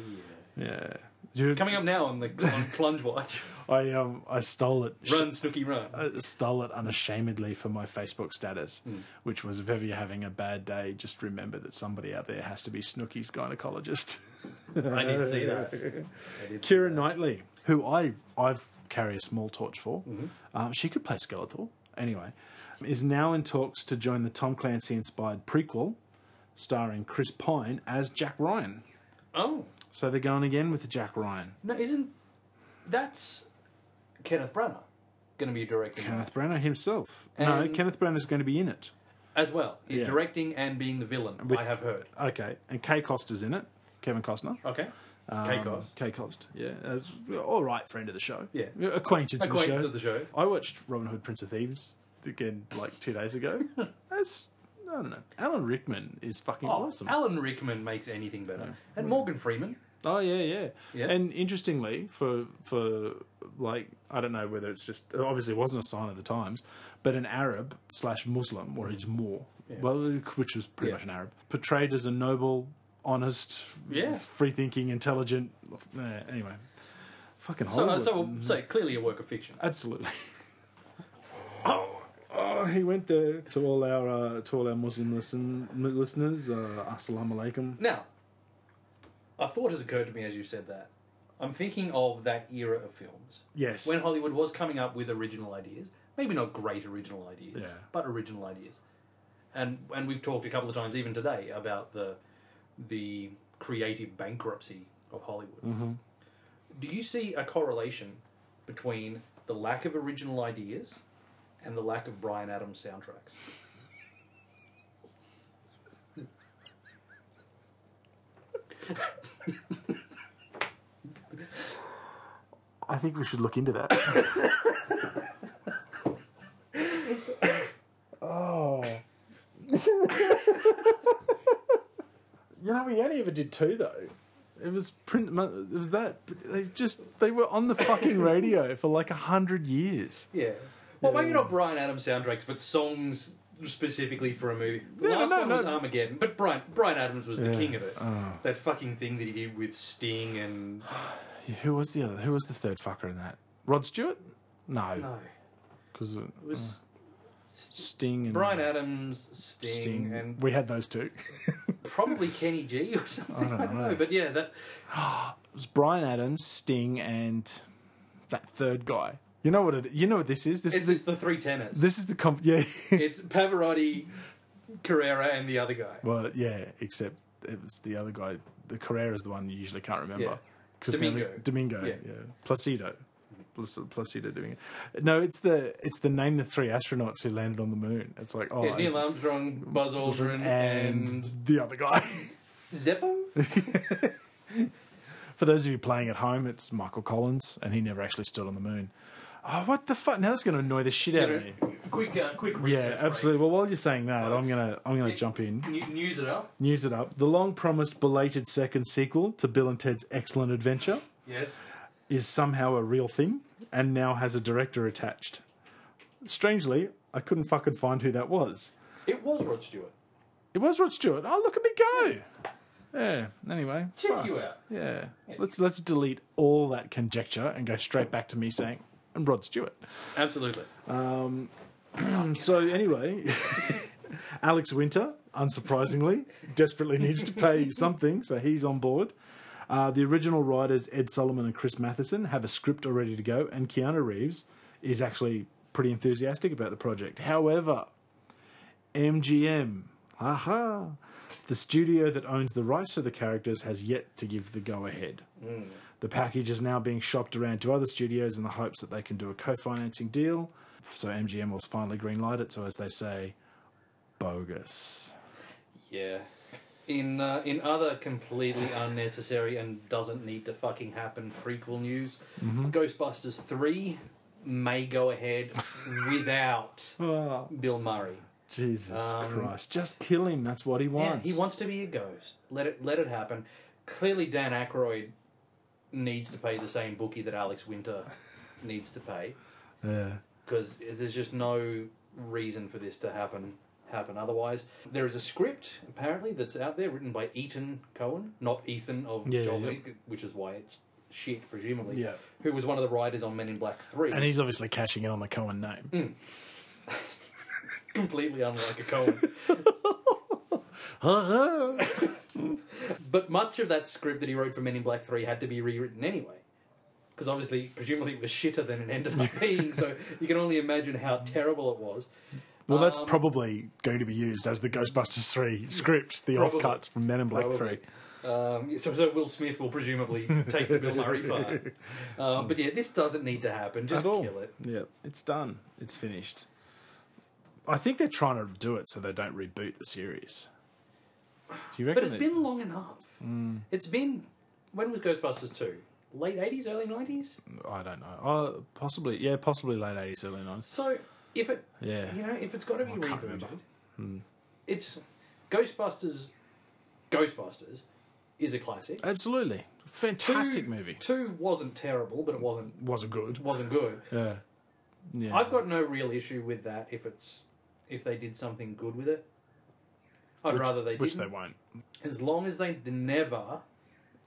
Speaker 3: yeah.
Speaker 1: Yeah. Dude,
Speaker 3: Coming up now on the on Plunge Watch,
Speaker 1: I um I stole it.
Speaker 3: Run Snooky Run.
Speaker 1: I uh, stole it unashamedly for my Facebook status, which was if ever you're having a bad day, just remember that somebody out there has to be Snooky's gynecologist.
Speaker 3: I did see that.
Speaker 1: Kira Knightley, who I I've carry a small torch for, um, she could play Skeletor. Anyway, is now in talks to join the Tom Clancy inspired prequel, starring Chris Pine as Jack Ryan.
Speaker 3: Oh
Speaker 1: So they're going again with the Jack Ryan.
Speaker 3: no, isn't that's Kenneth Branagh going to be directing that
Speaker 1: Kenneth Branagh himself. no,
Speaker 3: And-
Speaker 1: Kenneth Branagh is going to be in it.
Speaker 3: as well? He's
Speaker 1: Yeah.
Speaker 3: Directing and being the villain,
Speaker 1: With-
Speaker 3: I have heard.
Speaker 1: Okay, and Kay Coster's in it. Kevin Costner.
Speaker 3: Okay, um, K-Cos.
Speaker 1: Kay Cost. Yeah, as all right friend of the show.
Speaker 3: Yeah.
Speaker 1: acquaintance,
Speaker 3: Acquaintance
Speaker 1: of
Speaker 3: of the show.
Speaker 1: the show. I watched Robin Hood, Prince of Thieves again like two days
Speaker 3: *laughs*
Speaker 1: ago. That's I don't know. Alan Rickman is fucking
Speaker 3: Oh,
Speaker 1: awesome.
Speaker 3: Alan Rickman makes anything better, and Morgan Freeman.
Speaker 1: Oh yeah, yeah,
Speaker 3: Yeah.
Speaker 1: And interestingly, for for like I don't know whether it's just obviously it wasn't a sign of the times, but an Arab slash Muslim or he's more well, which was pretty
Speaker 3: Yeah.
Speaker 1: much an Arab portrayed as a noble, honest,
Speaker 3: Yeah.
Speaker 1: free thinking, intelligent. eh, anyway, fucking
Speaker 3: So, uh,
Speaker 1: Hollywood.
Speaker 3: so, so clearly a work of fiction.
Speaker 1: absolutely. *laughs* oh, oh, he went there to all our uh, to all our Muslim listen, listeners. Uh, Assalamu alaikum.
Speaker 3: Now, a thought has occurred to me as you said that. I'm thinking of that era of films
Speaker 1: Yes.
Speaker 3: when Hollywood was coming up with original ideas. Maybe not great original ideas,
Speaker 1: Yeah.
Speaker 3: but original ideas. And and we've talked a couple of times even today about the the creative bankruptcy of Hollywood.
Speaker 1: Mm-hmm.
Speaker 3: Do you see a correlation between the lack of original ideas and the lack of Brian Adams soundtracks?
Speaker 1: I think we should look into that. oh. you know, we only ever did two though. It was print. It was that. but They just they were on the fucking radio for like a hundred years.
Speaker 3: Yeah. Um, Well, maybe not Brian Adams soundtracks, but songs specifically for a movie. The
Speaker 1: No,
Speaker 3: last
Speaker 1: no,
Speaker 3: one was
Speaker 1: no.
Speaker 3: Armageddon, but Brian Brian Adams was the
Speaker 1: Yeah. Oh.
Speaker 3: king of it. That fucking thing that he did with Sting and
Speaker 1: Who was the other? Who was the third fucker in that? Rod Stewart? No,
Speaker 3: no,
Speaker 1: because
Speaker 3: it was
Speaker 1: Oh. Sting and
Speaker 3: Brian Adams, Sting,
Speaker 1: Sting.
Speaker 3: and
Speaker 1: we had those two.
Speaker 3: probably Kenny G or something. I don't, know.
Speaker 1: know.
Speaker 3: but yeah, that
Speaker 1: It was Brian Adams, Sting, and that third guy. You know what? It, you know what this is. This
Speaker 3: it's,
Speaker 1: is the
Speaker 3: it's the three tenors.
Speaker 1: This is the comp. *laughs* Yeah.
Speaker 3: it's Pavarotti, Carrera, and the other guy.
Speaker 1: well, yeah. Except it was the other guy. The Carrera's the one you usually can't remember.
Speaker 3: Yeah.
Speaker 1: Because
Speaker 3: Domingo.
Speaker 1: Domingo. Yeah.
Speaker 3: Yeah.
Speaker 1: Placido. Plac- Placido doing it. No, it's the it's the name the three astronauts who landed on the moon. It's like oh,
Speaker 3: Yeah, Neil
Speaker 1: it's-
Speaker 3: Armstrong, Buzz Aldrin,
Speaker 1: and,
Speaker 3: and,
Speaker 1: the other guy. *laughs*
Speaker 3: Zeppo.
Speaker 1: For those of you playing at home, it's Michael Collins, and he never actually stood on the moon. Oh, what the fuck! Now that's going to annoy the shit out of me.
Speaker 3: quick, uh, quick research.
Speaker 1: Yeah,
Speaker 3: break.
Speaker 1: absolutely. Well, while you're saying that, I'm gonna I'm gonna
Speaker 3: Yeah.
Speaker 1: jump in.
Speaker 3: New- News it up.
Speaker 1: News it up. The long promised belated second sequel to Bill and Ted's Excellent Adventure
Speaker 3: Yes.
Speaker 1: is somehow a real thing and now has a director attached. Strangely, I couldn't fucking find who that was.
Speaker 3: It was Rod Stewart.
Speaker 1: It was Rod Stewart. Oh, look at me go! Yeah. Anyway,
Speaker 3: Check
Speaker 1: fuck.
Speaker 3: you out.
Speaker 1: Yeah. Let's let's delete all that conjecture and go straight back to me saying and Rod Stewart.
Speaker 3: Absolutely.
Speaker 1: Um, so anyway, *laughs* Alex Winter, unsurprisingly, desperately needs to pay something, so he's on board. Uh, the original writers Ed Solomon and Chris Matheson have a script all ready to go, and Keanu Reeves is actually pretty enthusiastic about the project. However, MGM, aha, the studio that owns the rights to the characters has yet to give the go ahead. The package is now being shopped around to other studios in the hopes that they can do a co financing deal. So MGM will finally greenlight it. So, as they say, bogus.
Speaker 3: Yeah. In uh, in other completely unnecessary and doesn't need to fucking happen prequel news, Ghostbusters three may go ahead without
Speaker 1: Oh,
Speaker 3: Bill Murray.
Speaker 1: Jesus
Speaker 3: Ah, Um,
Speaker 1: Christ. Just kill him. That's what he
Speaker 3: Yeah,
Speaker 1: wants.
Speaker 3: he wants to be a ghost. Let it let it happen. Clearly, Dan Aykroyd needs to pay the same bookie that Alex Winter needs to pay
Speaker 1: Yeah.
Speaker 3: because there's just no reason for this to happen happen otherwise. There is a script apparently that's out there written by Ethan Cohen, not Ethan of
Speaker 1: Yeah,
Speaker 3: Joel
Speaker 1: yeah.
Speaker 3: Edgerton, which is why it's shit presumably.
Speaker 1: Yeah.
Speaker 3: Who was one of the writers on Men in Black Three?
Speaker 1: And he's obviously catching it on the Cohen name.
Speaker 3: Mm. completely unlike a Cohen.
Speaker 1: *laughs* Hello.
Speaker 3: But much of that script that he wrote for Men in Black 3 had to be rewritten anyway. Because obviously, presumably, it was shitter than it
Speaker 1: *laughs*
Speaker 3: ended up being, so you can only imagine how terrible it was.
Speaker 1: well, that's
Speaker 3: Um,
Speaker 1: probably going to be used as the Ghostbusters 3 script, the
Speaker 3: Probably.
Speaker 1: offcuts from Men in Black
Speaker 3: Probably. Um, so, so Will Smith will presumably take the Bill Murray
Speaker 1: *laughs*
Speaker 3: part. Um, but yeah, this doesn't need to happen. Just
Speaker 1: At all.
Speaker 3: kill it.
Speaker 1: 3. Yeah, it's done. It's finished. I think they're trying to do it so they don't reboot the series. Do you reckon? Mm.
Speaker 3: But it's
Speaker 1: that-
Speaker 3: been long enough. It's been. When was Ghostbusters 2? Late 80s, early 90s?
Speaker 1: I don't know. Oh, possibly. Yeah, possibly late 80s, early 90s.
Speaker 3: So if it
Speaker 1: Yeah. Oh,
Speaker 3: You know, if it's got to be
Speaker 1: I can't
Speaker 3: rebooted,
Speaker 1: remember. Hmm.
Speaker 3: it's Ghostbusters. Ghostbusters is a classic.
Speaker 1: Absolutely. Fantastic
Speaker 3: Two-
Speaker 1: movie.
Speaker 3: Two wasn't terrible, but it wasn't
Speaker 1: Wasn't good.
Speaker 3: wasn't good.
Speaker 1: Yeah. Yeah.
Speaker 3: I've got no real issue with that. If it's if they did something good with it, I'd
Speaker 1: Which-
Speaker 3: rather they
Speaker 1: Which
Speaker 3: didn't.
Speaker 1: they won't.
Speaker 3: As long as they d- never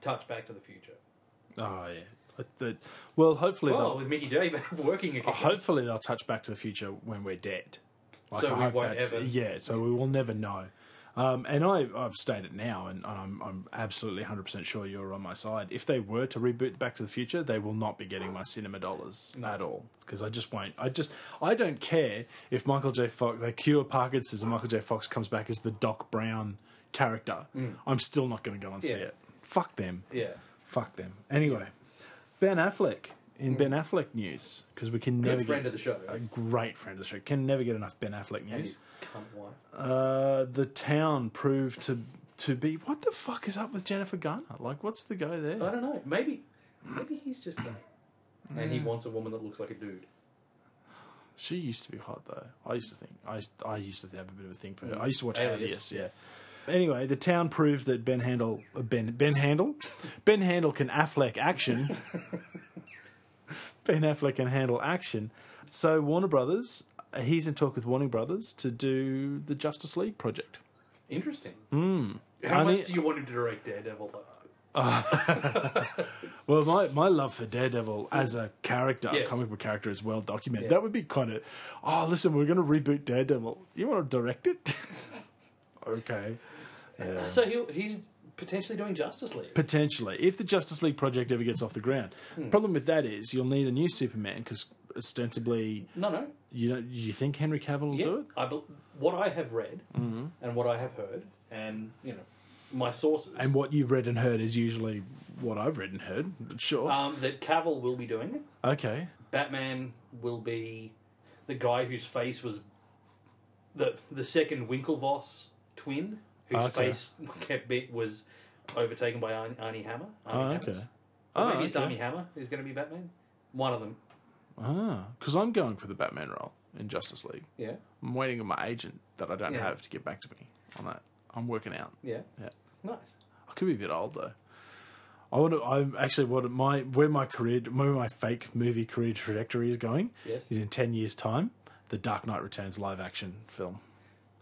Speaker 3: touch Back to the Future.
Speaker 1: Oh, yeah. But the- well, hopefully
Speaker 3: Ah, Well,
Speaker 1: they'll,
Speaker 3: with Mickey J back *laughs* working again.
Speaker 1: hopefully they'll touch Back to the Future when we're dead. Like,
Speaker 3: So we
Speaker 1: hope
Speaker 3: won't
Speaker 1: that's-
Speaker 3: ever-
Speaker 1: Yeah, so we will never know. Um, and I, I've stated now, and, and I'm, I'm absolutely 100% sure you're on my side. If they were to reboot Back to the Future, they will not be getting my cinema dollars at all. Because I just won't. I just, I don't care if Michael J. Fox, they cure Parkinson's and Michael J. Fox comes back as the Doc Brown character. I'm still not going to go and see
Speaker 3: Mm. Yeah.
Speaker 1: it. Fuck them.
Speaker 3: yeah.
Speaker 1: Fuck them. Anyway, Ben Affleck in Ben Affleck news because we can never
Speaker 3: Hmm. Good friend
Speaker 1: get
Speaker 3: of the show.
Speaker 1: a great friend of the show. Can never get enough Ben Affleck
Speaker 3: And
Speaker 1: news.
Speaker 3: his cunt wife.
Speaker 1: Uh, the town proved to to be what the fuck is up with Jennifer Garner? Like, what's the go there?
Speaker 3: I don't know. Maybe, maybe he's just gay, and
Speaker 1: Mm.
Speaker 3: he wants a woman that looks like a dude.
Speaker 1: She used to be hot though. I used to think I I used to have a bit of a thing for her. I used to watch
Speaker 3: Mm.
Speaker 1: Alias,
Speaker 3: Alias.
Speaker 1: yeah. Anyway, the town proved that Ben Handel uh, Ben Ben Handel Ben Handel can Affleck action. *laughs* ben Affleck can handle action. So Warner Brothers, uh, he's in talk with Warner Brothers to do the Justice League project.
Speaker 3: Interesting. Mm. How
Speaker 1: I
Speaker 3: much
Speaker 1: mean-
Speaker 3: do you want him to direct Daredevil? though?
Speaker 1: Well, my, my love for Daredevil as a character,
Speaker 3: Yes.
Speaker 1: a comic book character, is well documented.
Speaker 3: Yeah.
Speaker 1: That would be kind of, oh, listen, we're going to reboot Daredevil. You want to direct it? *laughs* okay.
Speaker 3: So he he's potentially doing Justice League.
Speaker 1: Potentially, if the Justice League project ever gets off the ground,
Speaker 3: Hmm.
Speaker 1: problem with that is you'll need a new Superman because ostensibly
Speaker 3: No, no.
Speaker 1: you don't, you think Henry Cavill will
Speaker 3: Yeah,
Speaker 1: do it. Mm-hmm.
Speaker 3: I bel what I have read and what I have heard, and you know, my sources,
Speaker 1: And what you've read and heard is usually what I've read and heard. But sure,
Speaker 3: um, that Cavill will be doing it.
Speaker 1: okay,
Speaker 3: Batman will be the guy whose face was the the second Winklevoss twin, whose
Speaker 1: Okay.
Speaker 3: face kept bit was overtaken by Arnie, Arnie Hammer. Arnie
Speaker 1: oh,
Speaker 3: Hammers.
Speaker 1: okay,
Speaker 3: Or
Speaker 1: Oh,
Speaker 3: maybe it's
Speaker 1: okay.
Speaker 3: Army Hammer who's going to be Batman. One of them.
Speaker 1: ah, because I'm going for the Batman role in Justice League.
Speaker 3: Yeah.
Speaker 1: I'm waiting on my agent that I don't
Speaker 3: Yeah.
Speaker 1: have to get back to me on that. I'm working out.
Speaker 3: Yeah.
Speaker 1: Yeah.
Speaker 3: Nice.
Speaker 1: I could be a bit old though. I want to. I'm actually what my where my career, where my fake movie career trajectory is going.
Speaker 3: Yes.
Speaker 1: is in ten years' time, the Dark Knight Returns live action film.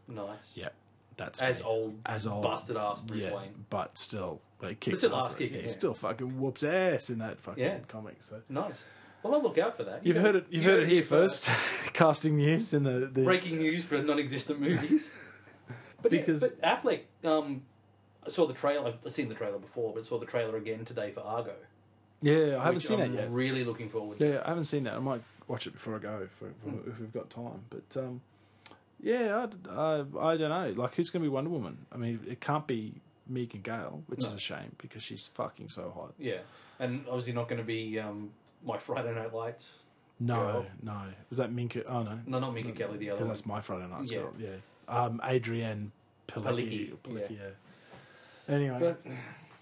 Speaker 3: Nice.
Speaker 1: Yeah, that's
Speaker 3: As
Speaker 1: me.
Speaker 3: old,
Speaker 1: as old,
Speaker 3: busted ass Bruce Wayne.
Speaker 1: but still, but it kicks
Speaker 3: still
Speaker 1: ass,
Speaker 3: ass
Speaker 1: though.
Speaker 3: kicking,
Speaker 1: He
Speaker 3: yeah.
Speaker 1: still fucking whoops ass in that fucking
Speaker 3: Yeah.
Speaker 1: comic. So
Speaker 3: Nice. Well, I'll look out for that. You
Speaker 1: you've heard
Speaker 3: got-
Speaker 1: it. You've
Speaker 3: you
Speaker 1: heard it here first. *laughs* Casting news in the, the
Speaker 3: Breaking news for non-existent
Speaker 1: *laughs*
Speaker 3: movies. but
Speaker 1: Because-
Speaker 3: because but Affleck, um, I saw the trailer. I've seen the trailer before, but saw the trailer again today for Argo.
Speaker 1: Yeah, I haven't seen
Speaker 3: I'm
Speaker 1: that yet.
Speaker 3: Really Hmm. looking forward. to
Speaker 1: Yeah, I haven't seen that. I might watch it before I go if, if, if we've got time. But um, yeah, I, I, I don't know. Like, who's going to be Wonder Woman? I mean, it can't be Megan Gale, which is
Speaker 3: No.
Speaker 1: a shame because she's fucking so hot.
Speaker 3: Yeah. And obviously not going to be um, my Friday Night Lights.
Speaker 1: No,
Speaker 3: Girl.
Speaker 1: no. Was that Minka? Oh no,
Speaker 3: No, not Minka Kelly. The other
Speaker 1: because
Speaker 3: one.
Speaker 1: that's my Friday Night's
Speaker 3: Yeah.
Speaker 1: girl. Yeah, um, Adrienne Palicki.
Speaker 3: Palicki,
Speaker 1: Palicki,
Speaker 3: yeah.
Speaker 1: yeah. Anyway,
Speaker 3: But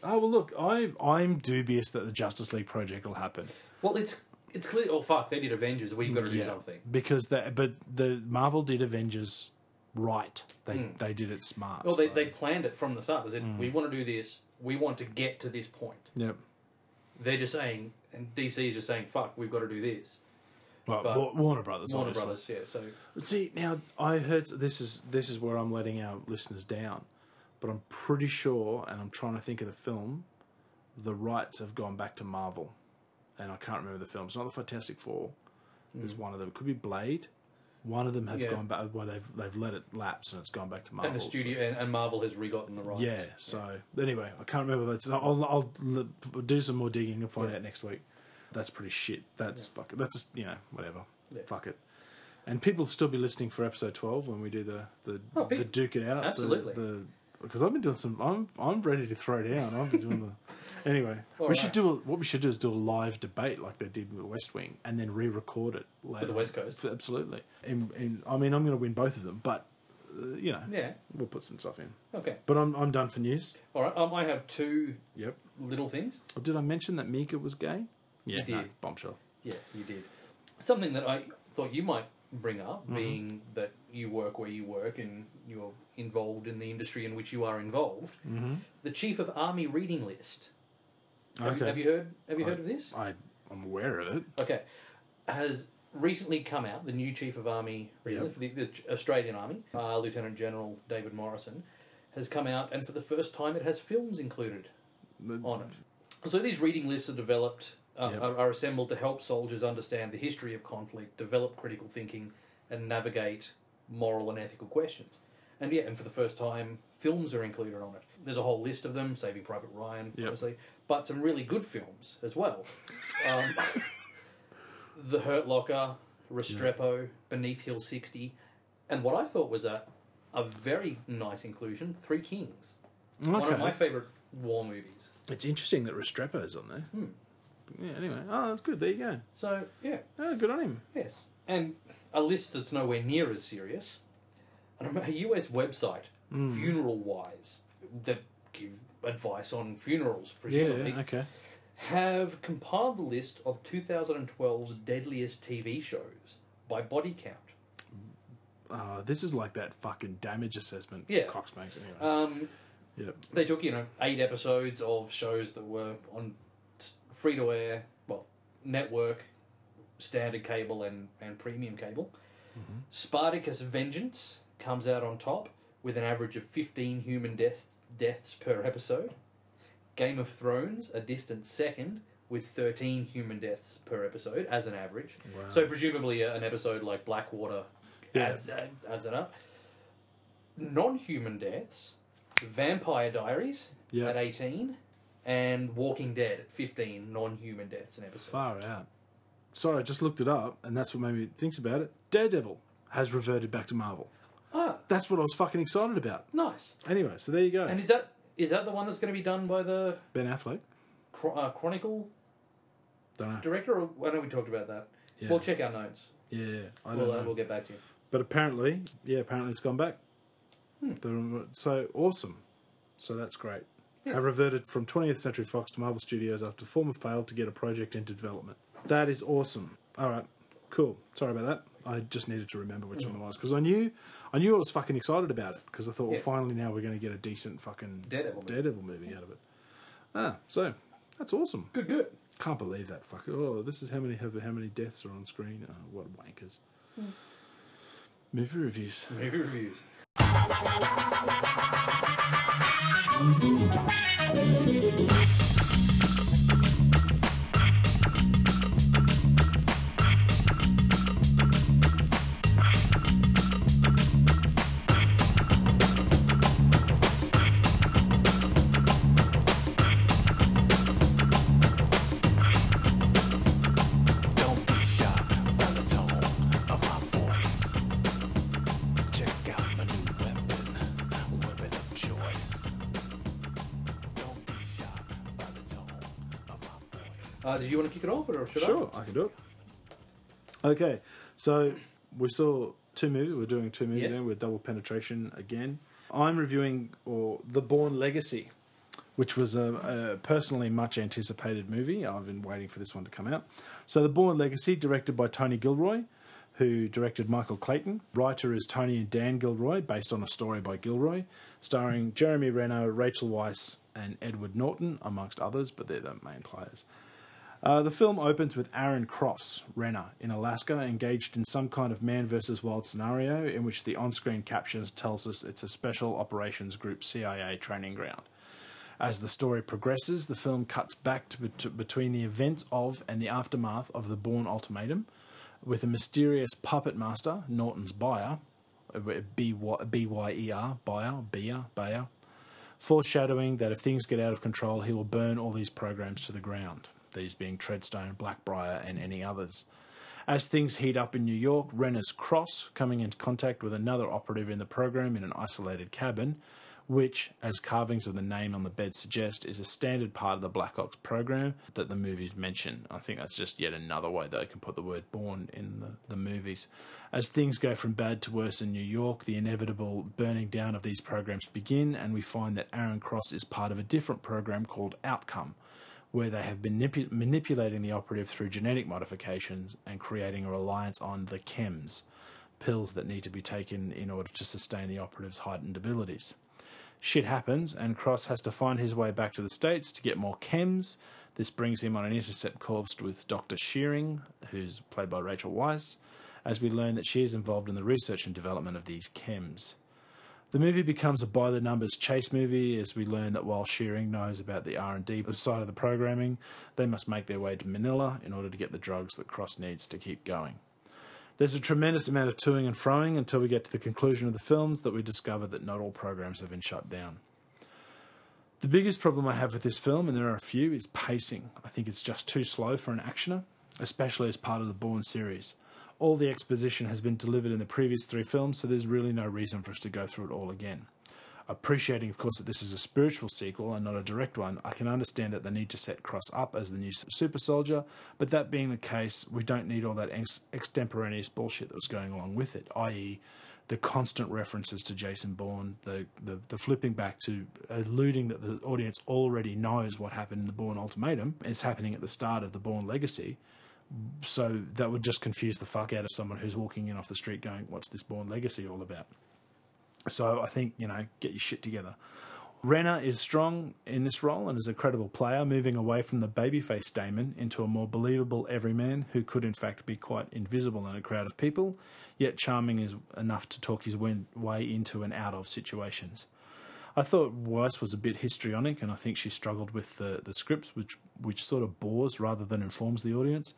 Speaker 1: oh well, look, I I'm dubious that the Justice League project will happen.
Speaker 3: well, it's it's clear. Oh fuck! They did Avengers. We've got to do
Speaker 1: Yeah.
Speaker 3: something.
Speaker 1: because that but the marvel did avengers right they
Speaker 3: Mm.
Speaker 1: they did it smart
Speaker 3: Well, they,
Speaker 1: so-
Speaker 3: they planned it from the start. They said, we
Speaker 1: Mm.
Speaker 3: want to do this. We want to get to this point.
Speaker 1: yep
Speaker 3: They're just saying, and DC is just saying, fuck, we've got to do this.
Speaker 1: Well,
Speaker 3: But-
Speaker 1: Wa- Warner Brothers.
Speaker 3: Warner
Speaker 1: obviously.
Speaker 3: Brothers, yeah. So
Speaker 1: See, now I heard this is this is where I'm letting our listeners down, but I'm pretty sure, and I'm trying to think of the film. The rights have gone back to Marvel, and I can't remember the film. It's not the Fantastic Four. It's one of them. It could be Blade. One of them have
Speaker 3: Mm. Yeah.
Speaker 1: gone back. Well, they've they've let it lapse, and it's gone back to Marvel.
Speaker 3: and the
Speaker 1: so-
Speaker 3: studio and, and Marvel has regotten the rights.
Speaker 1: yeah. So anyway, I can't remember that. So I'll, I'll l- do some more digging and find
Speaker 3: Yeah.
Speaker 1: out next week. That's pretty shit. That's fuck. That's just, you know whatever.
Speaker 3: Yeah.
Speaker 1: Fuck it. And people will still be listening for episode twelve when we do the the,
Speaker 3: Oh,
Speaker 1: the
Speaker 3: people-
Speaker 1: duke it out.
Speaker 3: absolutely.
Speaker 1: Because I've been doing some. I'm I'm ready to throw down. I've been doing
Speaker 3: *laughs*
Speaker 1: the. Anyway, we
Speaker 3: All
Speaker 1: should
Speaker 3: right.
Speaker 1: do a, what we should do is do a live debate like they did with the West Wing, and then re-record it later
Speaker 3: the West Coast.
Speaker 1: For- absolutely. And, and I mean, I'm going to win both of them, but uh, you know,
Speaker 3: Yeah.
Speaker 1: we'll put some stuff in.
Speaker 3: Okay.
Speaker 1: But I'm I'm done for news.
Speaker 3: All right. Um, I have two
Speaker 1: Yep.
Speaker 3: little things.
Speaker 1: Did I mention that Mika was gay? Yeah,
Speaker 3: You
Speaker 1: no,
Speaker 3: did.
Speaker 1: bombshell.
Speaker 3: Yeah, you did. Something that I thought you might bring up,
Speaker 1: Mm-hmm.
Speaker 3: being that you work where you work and you're involved in the industry in which you are involved. Mm-hmm. The chief of army reading list. Have, you,
Speaker 1: Okay.
Speaker 3: have you heard? Have you
Speaker 1: I-
Speaker 3: heard of this?
Speaker 1: I I'm aware of it.
Speaker 3: Okay, has recently come out the new chief of army really,
Speaker 1: Yeah.
Speaker 3: for the, the Australian Army, uh, Lieutenant General David Morrison, has come out, and for the first time, it has films included on it. So these reading lists are developed, uh,
Speaker 1: Yep.
Speaker 3: are, are assembled to help soldiers understand the history of conflict, develop critical thinking, and navigate moral and ethical questions. And yeah, and for the first time, films are included on it. There's a whole list of them, Saving Private Ryan,
Speaker 1: Yep.
Speaker 3: obviously, but some really good films
Speaker 1: *laughs*
Speaker 3: as well. Um, the Hurt Locker, Restrepo, Beneath Hill 60, and what I thought was a, a very nice inclusion, Three Kings. One
Speaker 1: Okay.
Speaker 3: of my favourite war movies.
Speaker 1: It's interesting that Restrepo's on there.
Speaker 3: Hmm.
Speaker 1: Yeah. Anyway, oh, that's good. There you go.
Speaker 3: So, yeah,
Speaker 1: Oh, good on him.
Speaker 3: yes. And a list that's nowhere near as serious. And a US website,
Speaker 1: Hmm.
Speaker 3: Funeral Wise, that give advice on funerals,
Speaker 1: Yeah.
Speaker 3: presumably,
Speaker 1: okay.
Speaker 3: have compiled the list of 2012's deadliest TV shows by body count.
Speaker 1: Uh, this is like that fucking damage assessment.
Speaker 3: Yeah.
Speaker 1: Cox makes anyway.
Speaker 3: Um,
Speaker 1: yep.
Speaker 3: they took you know eight episodes of shows that were on free to air, well, network, standard cable, and and premium cable.
Speaker 1: Mm-hmm.
Speaker 3: Spartacus Vengeance comes out on top with an average of fifteen human deaths deaths per episode. Game of Thrones a distant second with thirteen human deaths per episode as an average.
Speaker 1: Wow.
Speaker 3: So presumably uh, an episode like Blackwater
Speaker 1: Yeah.
Speaker 3: adds, ad- adds it up. Non-human deaths, Vampire Diaries
Speaker 1: Yeah.
Speaker 3: at eighteen, and Walking Dead at fifteen non-human deaths an episode.
Speaker 1: Far out. Sorry, I just looked it up, and that's what made me think about it. Daredevil has reverted back to Marvel.
Speaker 3: Ah,
Speaker 1: That's what I was fucking excited about.
Speaker 3: nice.
Speaker 1: Anyway, so there you go.
Speaker 3: And is that is that the one that's going to be done by the
Speaker 1: ben Affleck.
Speaker 3: Chro- uh, Chronicle
Speaker 1: Don't know.
Speaker 3: director? Or I know we talked about that.
Speaker 1: Yeah.
Speaker 3: We'll check our notes.
Speaker 1: Yeah. yeah, I don't
Speaker 3: We'll,
Speaker 1: know.
Speaker 3: uh, we'll get back to you.
Speaker 1: But apparently, yeah, apparently it's gone back.
Speaker 3: Hmm.
Speaker 1: The- So awesome. So that's great. Have reverted from 20th Century Fox to Marvel Studios after former failed to get a project into development. That is awesome. All right, cool. Sorry about that. I just needed to remember which one it was because I knew, I knew I was fucking excited about it because I thought,
Speaker 3: Yes.
Speaker 1: well, finally now we're going to get a decent fucking
Speaker 3: Daredevil movie.
Speaker 1: Daredevil movie out of it. Ah, so that's awesome.
Speaker 3: Good, good.
Speaker 1: Can't believe that fuck. Oh, this is how many how, how many deaths are on screen. Oh, what wankers. Movie reviews.
Speaker 3: Movie reviews.
Speaker 5: Don't be shy by the tone of my voice. Check out my new weapon, weapon of choice. Don't be shy by the tone of my voice.
Speaker 3: Uh, did you want to kick it off, or should I?
Speaker 1: Sure, I can do it. Okay, so we saw two movies. We're doing two movies
Speaker 3: Yes.
Speaker 1: now. We're double penetration again. I'm reviewing or The Born Legacy, which was a, a personally much anticipated movie. I've been waiting for this one to come out. So The Born Legacy, directed by Tony Gilroy, who directed Michael Clayton. Writer is Tony and Dan Gilroy, based on a story by Gilroy, starring Jeremy Renner, Rachel Weisz, and Edward Norton, amongst others, but they're the main players. Uh, the film opens with Aaron Cross, Renner, in Alaska, engaged in some kind of man versus wild scenario in which the on screen captions tells us it's a Special Operations Group CIA training ground. As the story progresses, the film cuts back to, to between the events of and the aftermath of the Bourne Ultimatum, with a mysterious puppet master, Norton's buyer, uh, B Y E R, buyer, Beer, Bayer, foreshadowing that if things get out of control, he will burn all these programs to the ground, these being Treadstone, Blackbriar, and any others. As things heat up in New York, Renner's Cross coming into contact with another operative in the program in an isolated cabin, which, as carvings of the name on the bed suggest, is a standard part of the Black Ops program that the movies mention. I think that's just yet another way they can put the word born in the, the movies. As things go from bad to worse in New York, the inevitable burning down of these programs begin, and we find that Aaron Cross is part of a different program called Outcome where they have been manipu- manipulating the operative through genetic modifications and creating a reliance on the chems, pills that need to be taken in order to sustain the operative's heightened abilities. Shit happens, and Cross has to find his way back to the States to get more chems. This brings him on an intercept course with Dr. Shearing, who's played by Rachel Weisz, as we learn that she is involved in the research and development of these chems. The movie becomes a by the numbers chase movie as we learn that while Shearing knows about the R&D side of the programming, they must make their way to Manila in order to get the drugs that Cross needs to keep going. There's a tremendous amount of toing and froing until we get to the conclusion of the films that we discover that not all programs have been shut down. The biggest problem I have with this film, and there are a few, is pacing. I think it's just too slow for an actioner, especially as part of the Bourne series. All the exposition has been delivered in the previous three films, so there's really no reason for us to go through it all again. Appreciating, of course, that this is a spiritual sequel and not a direct one, I can understand that they need to set Cross up as the new s- super soldier, but that being the case, we don't need all that ex- extemporaneous bullshit that was going along with it, i.e., the constant references to Jason Bourne, the, the, the flipping back to alluding that the audience already knows what happened in the Bourne Ultimatum. It's happening at the start of the Bourne Legacy. So that would just confuse the fuck out of someone who's walking in off the street going, What's this Bourne Legacy all about? So I think, you know, get your shit together. Renner is strong in this role and is a credible player, moving away from the babyface Damon into a more believable everyman who could, in fact, be quite invisible in a crowd of people, yet charming is enough to talk his win- way into and out of situations. I thought Weiss was a bit histrionic, and I think she struggled with the, the scripts, which which sort of bores rather than informs the audience.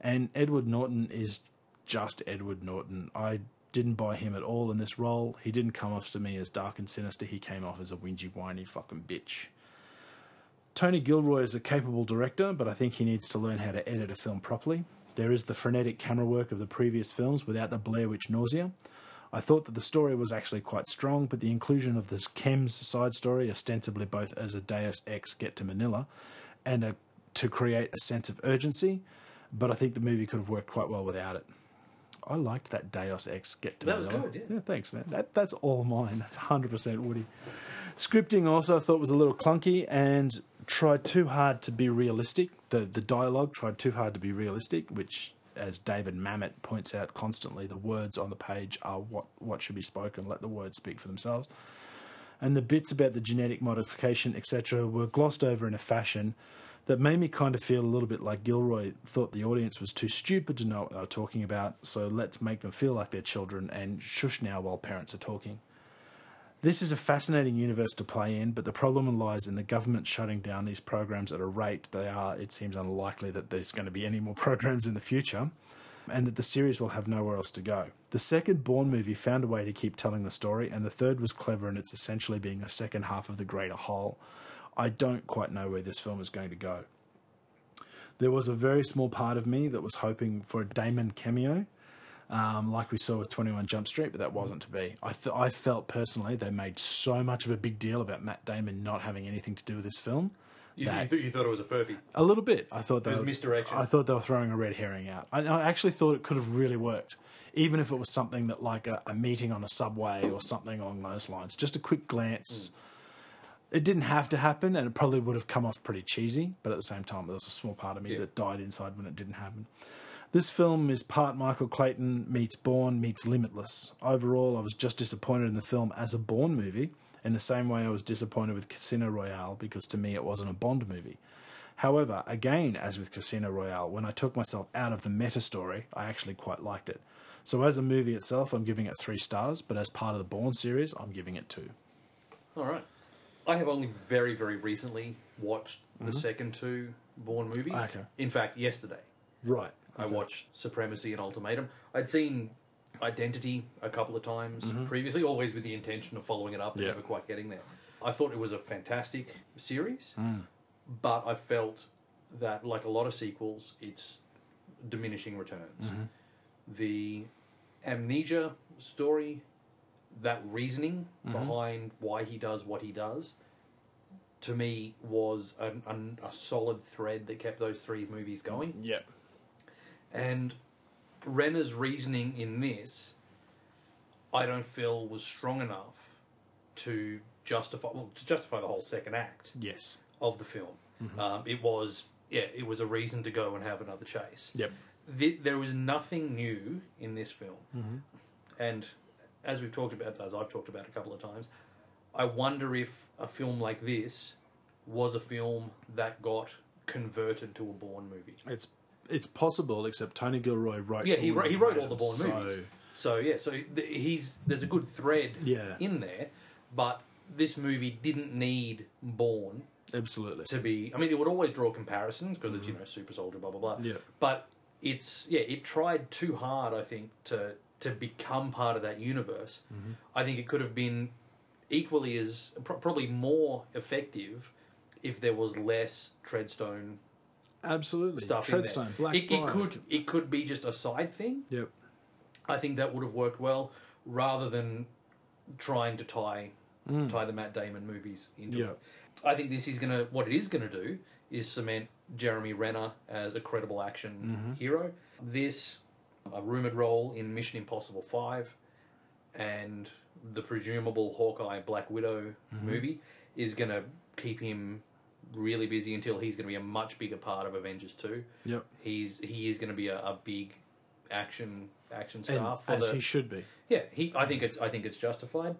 Speaker 1: And Edward Norton is just Edward Norton. I didn't buy him at all in this role. He didn't come off to me as dark and sinister. He came off as a whingy, whiny fucking bitch. Tony Gilroy is a capable director, but I think he needs to learn how to edit a film properly. There is the frenetic camera work of the previous films without the Blair Witch nausea. I thought that the story was actually quite strong, but the inclusion of this Chems side story, ostensibly both as a Deus Ex get to Manila and a, to create a sense of urgency, but I think the movie could have worked quite well without it. I liked that Deus Ex get to
Speaker 3: That was
Speaker 1: Manila.
Speaker 3: good, yeah.
Speaker 1: yeah, thanks, man. That, that's all mine. That's 100% Woody. Scripting also I thought was a little clunky and tried too hard to be realistic. The the dialogue tried too hard to be realistic, which as David Mamet points out constantly, the words on the page are what, what should be spoken. Let the words speak for themselves. And the bits about the genetic modification, etc., were glossed over in a fashion that made me kind of feel a little bit like Gilroy thought the audience was too stupid to know what they were talking about, so let's make them feel like they're children and shush now while parents are talking. This is a fascinating universe to play in, but the problem lies in the government shutting down these programs at a rate they are. It seems unlikely that there's going to be any more *laughs* programs in the future, and that the series will have nowhere else to go. The second Bourne movie found a way to keep telling the story, and the third was clever in its essentially being a second half of the greater whole. I don't quite know where this film is going to go. There was a very small part of me that was hoping for a Damon cameo, um, like we saw with 21 Jump Street, but that wasn't to be. I, th- I felt personally they made so much of a big deal about Matt Damon not having anything to do with this film.
Speaker 3: You,
Speaker 1: that-
Speaker 3: you, thought, you thought it was a furphy.
Speaker 1: a little bit. I thought they
Speaker 3: was
Speaker 1: were-
Speaker 3: misdirection.
Speaker 1: I thought they were throwing a red herring out. I, I actually thought it could have really worked, even if it was something that like a, a meeting on a subway or something along those lines. Just a quick glance. It didn't have to happen, and it probably would have come off pretty cheesy. But at the same time, there was a small part of me
Speaker 3: Yeah.
Speaker 1: that died inside when it didn't happen. This film is part Michael Clayton meets Bourne meets Limitless. Overall, I was just disappointed in the film as a Bourne movie, in the same way I was disappointed with Casino Royale because to me it wasn't a Bond movie. However, again, as with Casino Royale, when I took myself out of the meta story, I actually quite liked it. So, as a movie itself, I'm giving it three stars, but as part of the Bourne series, I'm giving it two.
Speaker 3: All right. I have only very, very recently watched the second two Bourne movies.
Speaker 1: Mm-hmm. Okay.
Speaker 3: In fact, yesterday
Speaker 1: Right.
Speaker 3: I watched Supremacy and Ultimatum. I'd seen Identity a couple of times previously, always with the intention of following it up and
Speaker 1: Yeah.
Speaker 3: never quite getting there. I thought it was a fantastic series, but I felt that, like a lot of sequels, it's diminishing returns. The amnesia story, that reasoning behind why he does what he does, to me was an, an, a solid thread that kept those three movies going.
Speaker 1: Yeah.
Speaker 3: And Renner's reasoning in this, I don't feel was strong enough to justify well, to justify the whole second act
Speaker 1: Yes.
Speaker 3: of the film. Um, it was yeah, it was a reason to go and have another chase.
Speaker 1: Yep.
Speaker 3: Th there was nothing new in this film, and as we've talked about, as I've talked about a couple of times, I wonder if a film like this was a film that got converted to a Bourne movie.
Speaker 1: It's it's possible, except Tony Gilroy wrote.
Speaker 3: Yeah, he
Speaker 1: of
Speaker 3: wrote, he wrote all the
Speaker 1: them,
Speaker 3: Bourne
Speaker 1: so-
Speaker 3: movies. So yeah, so th- he's there's a good thread
Speaker 1: Yeah.
Speaker 3: in there, but this movie didn't need Bourne
Speaker 1: Absolutely.
Speaker 3: to be. I mean, it would always draw comparisons because it's you know super soldier, blah blah blah.
Speaker 1: Mm-hmm. Yeah.
Speaker 3: But it's yeah, it tried too hard, I think, to to become part of that universe.
Speaker 1: Mm-hmm.
Speaker 3: I think it could have been equally as pro- probably more effective if there was less treadstone
Speaker 1: Absolutely.
Speaker 3: stuff in there.
Speaker 1: Treadstone, Black
Speaker 3: it, it
Speaker 1: Briar.
Speaker 3: could it could be just a side thing.
Speaker 1: Yep.
Speaker 3: I think that would have worked well rather than trying to tie tie the Matt Damon movies into
Speaker 1: Yeah.
Speaker 3: it. I think this is gonna what it is gonna do is cement Jeremy Renner as a credible action hero. This a rumored role in Mission Impossible Five and the presumable Hawkeye Black Widow movie is gonna keep him really busy until he's gonna be a much bigger part of Avengers Two.
Speaker 1: Yep.
Speaker 3: He's he is going to be a, a big action action
Speaker 1: And
Speaker 3: star for
Speaker 1: as
Speaker 3: the
Speaker 1: he Hmm. should be.
Speaker 3: yeah. He I think it's I think it's justified.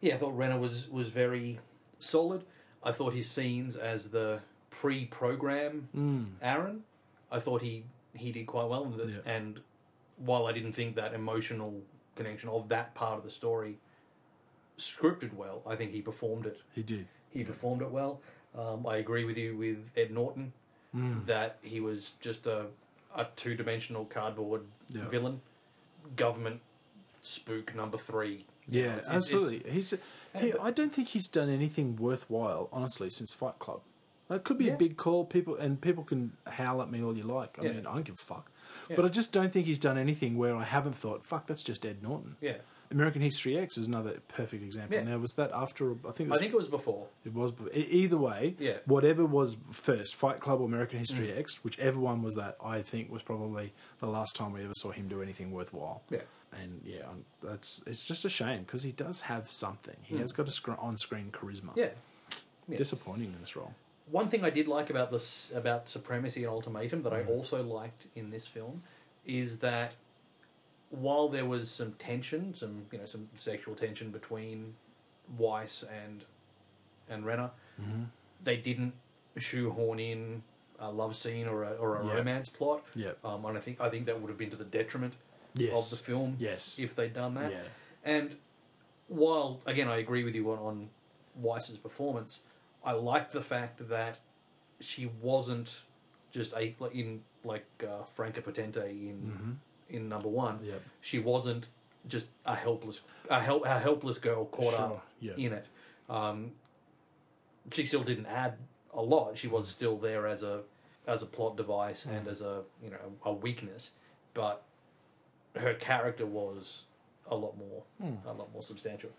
Speaker 3: Yeah, I thought Renner was was very solid. I thought his scenes as the pre-program
Speaker 1: Hmm.
Speaker 3: Aaron, I thought he he did quite well. And, the,
Speaker 1: Yeah.
Speaker 3: and while I didn't think that emotional connection of that part of the story scripted well, I think he performed it
Speaker 1: He did.
Speaker 3: he performed it well. Um, I agree with you with Ed Norton
Speaker 1: Hmm.
Speaker 3: that he was just a, a two dimensional cardboard
Speaker 1: Yeah.
Speaker 3: villain, government spook number three. You
Speaker 1: Yeah,
Speaker 3: know, it's- it's-
Speaker 1: absolutely.
Speaker 3: it's-
Speaker 1: he's he, I don't think he's done anything worthwhile, honestly, since Fight Club. That could be
Speaker 3: Yeah.
Speaker 1: a big call. People and people can howl at me all you like. I
Speaker 3: Yeah.
Speaker 1: mean, I don't give a fuck. But I just don't think he's done anything where I haven't thought, "Fuck, that's just Ed Norton."
Speaker 3: yeah,
Speaker 1: American History X is another perfect example.
Speaker 3: Yeah.
Speaker 1: Now, was that after? I think it
Speaker 3: I
Speaker 1: was,
Speaker 3: think it was before.
Speaker 1: it was bef- e- either way.
Speaker 3: Yeah. Mm.
Speaker 1: Whatever was first, Fight Club or American History X, whichever one was that, I think was probably the last time we ever saw him do anything worthwhile
Speaker 3: Yeah,
Speaker 1: and yeah, um, that's it's just a shame because he does have something. He has got a scr- on-screen charisma.
Speaker 3: yeah. yeah.
Speaker 1: disappointing in this role.
Speaker 3: One thing I did like about this about Supremacy and Ultimatum that I
Speaker 1: Mm-hmm.
Speaker 3: also liked in this film is that while there was some tension, some you know some sexual tension between Weiss and and Renner,
Speaker 1: Mm-hmm.
Speaker 3: they didn't shoehorn in a love scene or a, or a
Speaker 1: Yeah.
Speaker 3: romance plot.
Speaker 1: Yeah.
Speaker 3: Um, and I think I think that would have been to the detriment
Speaker 1: Yes.
Speaker 3: of the film
Speaker 1: Yes.
Speaker 3: if they'd done that.
Speaker 1: Yeah.
Speaker 3: And while again I agree with you on, on Weiss's performance, I liked the fact that she wasn't just a like in like uh, Franca Potente in in number one.
Speaker 1: Yep.
Speaker 3: She wasn't just a helpless a, help, a helpless girl caught up
Speaker 1: Sure, yeah.
Speaker 3: in it. Um, she still didn't add a lot. She was still there as a as a plot device and as a you know a weakness, but her character was a lot more a lot more substantial.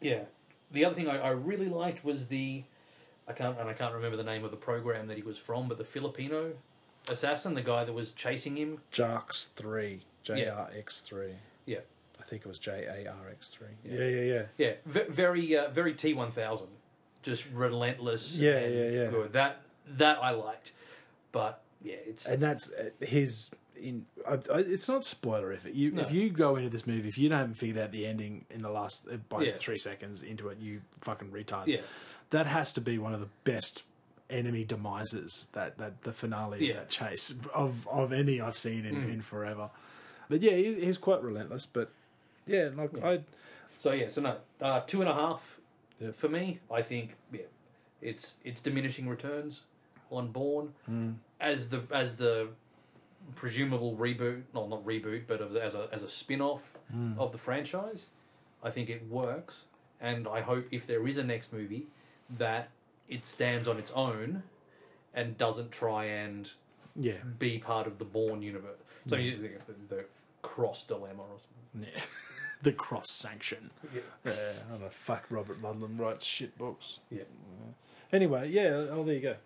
Speaker 3: Yeah. The other thing I, I really liked was the I can't and I can't remember the name of the program that he was from, but the Filipino assassin, the guy that was chasing him.
Speaker 1: Jarx three, JRX three.
Speaker 3: Yeah.
Speaker 1: I think it was JARX three. Yeah, yeah, yeah.
Speaker 3: Yeah. V- very uh, very T one thousand. Just relentless.
Speaker 1: Yeah,
Speaker 3: and
Speaker 1: yeah, yeah.
Speaker 3: Good. That that I liked. But yeah, it's
Speaker 1: And that's uh, his. In I, I, it's not spoilerific. You,
Speaker 3: No.
Speaker 1: If you go into this movie, if you haven't figured out the ending in the last uh, by
Speaker 3: Yeah.
Speaker 1: three seconds into it, you fucking retard.
Speaker 3: Yeah.
Speaker 1: that has to be one of the best enemy demises that that the finale
Speaker 3: Yeah. Mm.
Speaker 1: of that chase of of any I've seen in, in forever. But yeah, he's, he's quite relentless. But yeah, like I
Speaker 3: So yeah, so no, uh, two and a half
Speaker 1: Yeah.
Speaker 3: for me. I think yeah, it's it's diminishing returns on Bourne
Speaker 1: Hmm.
Speaker 3: as the as the presumable reboot, well not reboot, but of, as a as a spin off
Speaker 1: Hmm.
Speaker 3: of the franchise. I think it works, and I hope if there is a next movie that it stands on its own and doesn't try and
Speaker 1: yeah
Speaker 3: be part of the Bourne universe.
Speaker 1: Hmm.
Speaker 3: So you think of the, the cross dilemma or something.
Speaker 1: yeah. the cross sanction. Yeah, I don't know. Fuck Robert Ludlum writes shit books.
Speaker 3: Yeah.
Speaker 1: Anyway, yeah. Oh, there you go.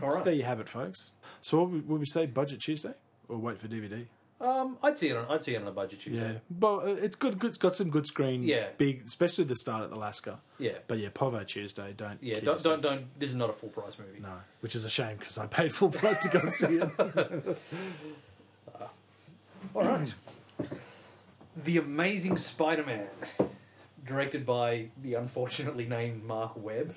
Speaker 3: All
Speaker 1: So there
Speaker 3: right.
Speaker 1: you have it, folks. So what would would we say? Budget Tuesday or wait for DVD?
Speaker 3: Um, I'd see it on I'd see it on a budget Tuesday.
Speaker 1: Yeah, but uh, it's good. good- It's got some good screen.
Speaker 3: Yeah.
Speaker 1: big, especially the start at Alaska.
Speaker 3: Yeah.
Speaker 1: But yeah, Povo Tuesday. Don't.
Speaker 3: Yeah,
Speaker 1: kid
Speaker 3: don't,
Speaker 1: yourself.
Speaker 3: don't, don't. This is not a full price movie.
Speaker 1: No, which is a shame because I paid full price to go see
Speaker 3: *laughs*
Speaker 1: it.
Speaker 3: All
Speaker 1: *clears throat*
Speaker 3: right. the Amazing Spider Man, directed by the unfortunately named Mark Webb,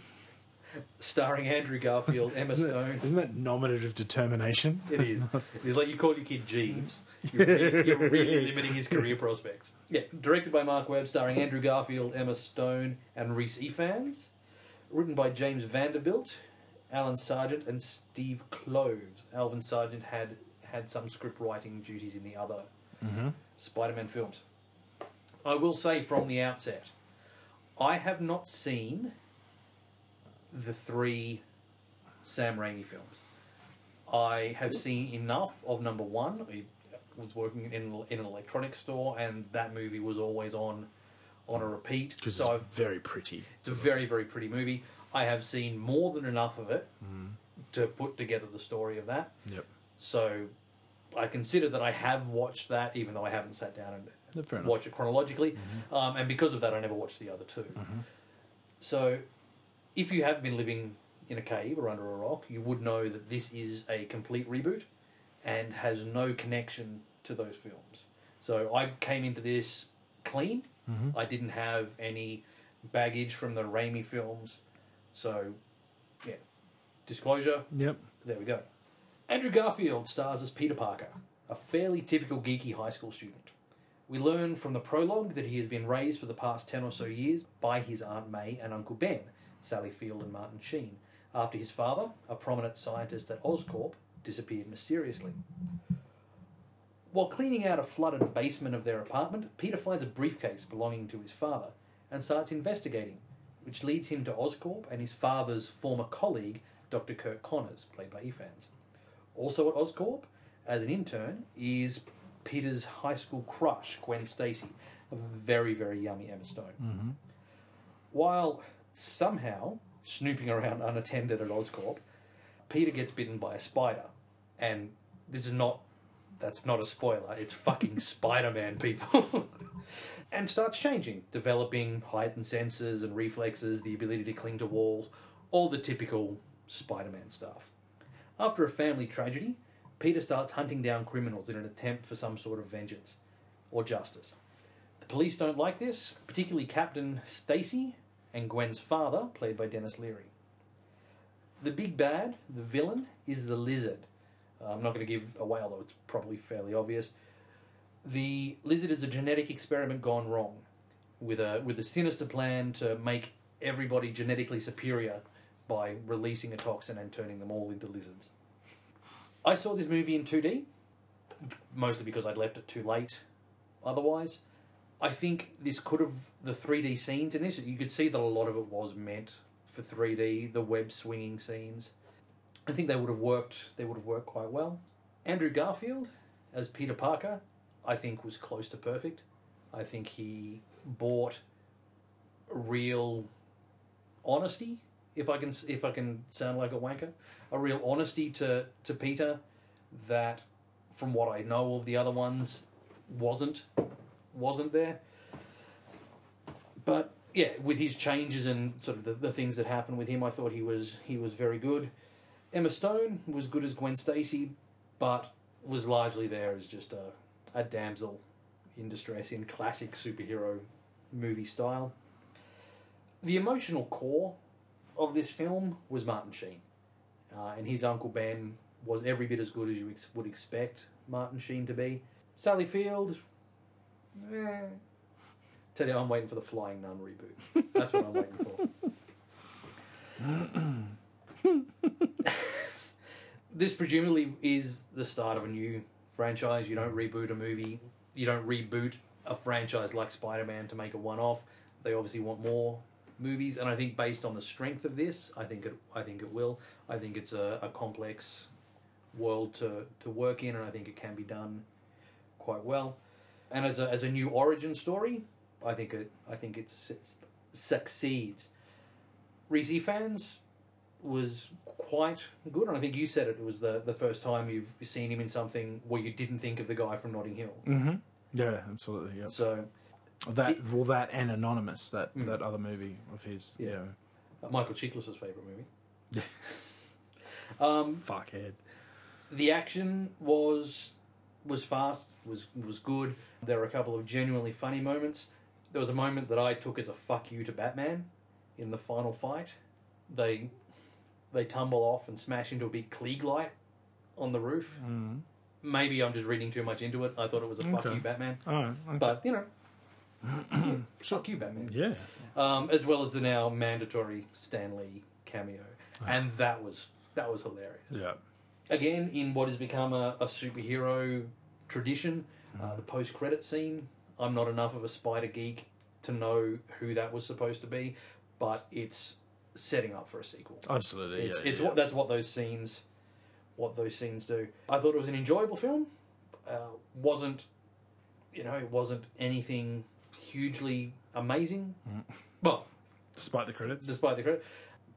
Speaker 3: starring Andrew Garfield, Emma
Speaker 1: Isn't that,
Speaker 3: Stone.
Speaker 1: isn't that nominative determination?
Speaker 3: It is. It's like you call your kid
Speaker 1: *laughs*
Speaker 3: Jeeves. You're really, you're really limiting his career prospects. Yeah, directed by Mark Webb, starring Andrew Garfield, Emma Stone, and Reese Ifans. Written by James Vanderbilt, Alan Sargent, and Steve Cloves. Alvin Sargent had had some script writing duties in the other Spider-Man films. I will say from the outset, I have not seen the three Sam Raimi films. I have seen enough of number one. I was working in, in an electronics store, and that movie was always on on a repeat.
Speaker 1: Because
Speaker 3: So I've,
Speaker 1: it's very pretty.
Speaker 3: it's a very very pretty movie. I have seen more than enough of it to put together the story of that.
Speaker 1: Yep.
Speaker 3: So I consider that I have watched that, even though I haven't sat down and
Speaker 1: No, fair enough. Mm-hmm.
Speaker 3: watch it chronologically. Um, and because of that, I never watched the other 2 So if you have been living in a cave or under a rock, you would know that this is a complete reboot and has no connection to those films. So I came into this clean.
Speaker 1: Mm-hmm.
Speaker 3: I didn't have any baggage from the Raimi films. So, yeah, disclosure
Speaker 1: Yep.
Speaker 3: there we go. Andrew Garfield stars as Peter Parker, a fairly typical geeky high school student. We learn from the prologue that he has been raised for the past 10 or so years by his Aunt May and Uncle Ben, Sally Field and Martin Sheen, after his father, a prominent scientist at Oscorp, disappeared mysteriously. While cleaning out a flooded basement of their apartment, Peter finds a briefcase belonging to his father and starts investigating, which leads him to Oscorp and his father's former colleague, Dr. Kirk Connors, played by Efans. Also at Oscorp, as an intern, is Peter's high school crush, Gwen Stacy, a very, very yummy Emma Stone. While somehow snooping around unattended at Oscorp, Peter gets bitten by a spider. And this is not that's not a spoiler. It's fucking Spider Man, people. *laughs* and starts changing, developing heightened senses and reflexes, the ability to cling to walls, all the typical Spider Man stuff. After a family tragedy, Peter starts hunting down criminals in an attempt for some sort of vengeance or justice. The police don't like this, particularly Captain Stacy and Gwen's father, played by Dennis Leary. The big bad, the villain, is the lizard. Uh, I'm not going to give away, although it's probably fairly obvious. The lizard is a genetic experiment gone wrong, with a with a sinister plan to make everybody genetically superior by releasing a toxin and turning them all into lizards. I saw this movie in 2D, mostly because I'd left it too late. Otherwise, I think this could have the 3D scenes in this. You could see that a lot of it was meant for 3D. The web swinging scenes. I think they would have worked. They would have worked quite well. Andrew Garfield as Peter Parker, I think, was close to perfect. I think he bought real honesty, if I can, if I can sound like a wanker, a real honesty to to Peter that, from what I know of the other ones, wasn't wasn't there. But yeah, with his changes and sort of the, the things that happened with him, I thought he was he was very good. Emma Stone was good as Gwen Stacy, but was largely there as just a, a damsel in distress in classic superhero movie style. The emotional core of this film was Martin Sheen, uh, and his Uncle Ben was every bit as good as you ex- would expect Martin Sheen to be. Sally Field, eh. Tell you, I'm waiting for the Flying Nun reboot. That's what I'm waiting for. this presumably is the start of a new franchise. You don't reboot a movie. You don't reboot a franchise like Spider Man to make a one off. They obviously want more movies, and I think based on the strength of this, I think it. I think it will. I think it's a, a complex world to to work in, and I think it can be done quite well. And as a, as a new origin story, I think it. I think it succeeds. Reese fans, was quite good, and I think you said it was the, the first time you've seen him in something where you didn't think of the guy from Notting Hill.
Speaker 1: Yeah, absolutely. Yep.
Speaker 3: So
Speaker 1: That well, that and Anonymous, that that other movie of his. Yeah.
Speaker 3: Mm. Yeah. uh, Michael Chiklis' favorite movie. um,
Speaker 1: Fuckhead.
Speaker 3: the action was was fast, was was good. There were a couple of genuinely funny moments. There was a moment that I took as a fuck you to Batman in the final fight. They they tumble off and smash into a big Klieg light on the roof. Mm. Maybe I'm just reading too much into it. I thought it was a fuck
Speaker 1: Okay.
Speaker 3: you Batman,
Speaker 1: Oh, okay.
Speaker 3: but you know, *clears throat* fuck you Batman.
Speaker 1: yeah.
Speaker 3: Um, as well as the now mandatory Stanley cameo, and that was that was hilarious
Speaker 1: Yeah.
Speaker 3: again in what has become a, a superhero tradition, uh, the post credit scene. I'm not enough of a spider geek to know who that was supposed to be, but it's setting up for a sequel.
Speaker 1: Absolutely.
Speaker 3: It's,
Speaker 1: yeah,
Speaker 3: it's
Speaker 1: yeah.
Speaker 3: what that's what those scenes, what those scenes do. I thought it was an enjoyable film. Uh, wasn't, you know, it wasn't anything hugely amazing. Well,
Speaker 1: Despite the credits.
Speaker 3: despite the credit.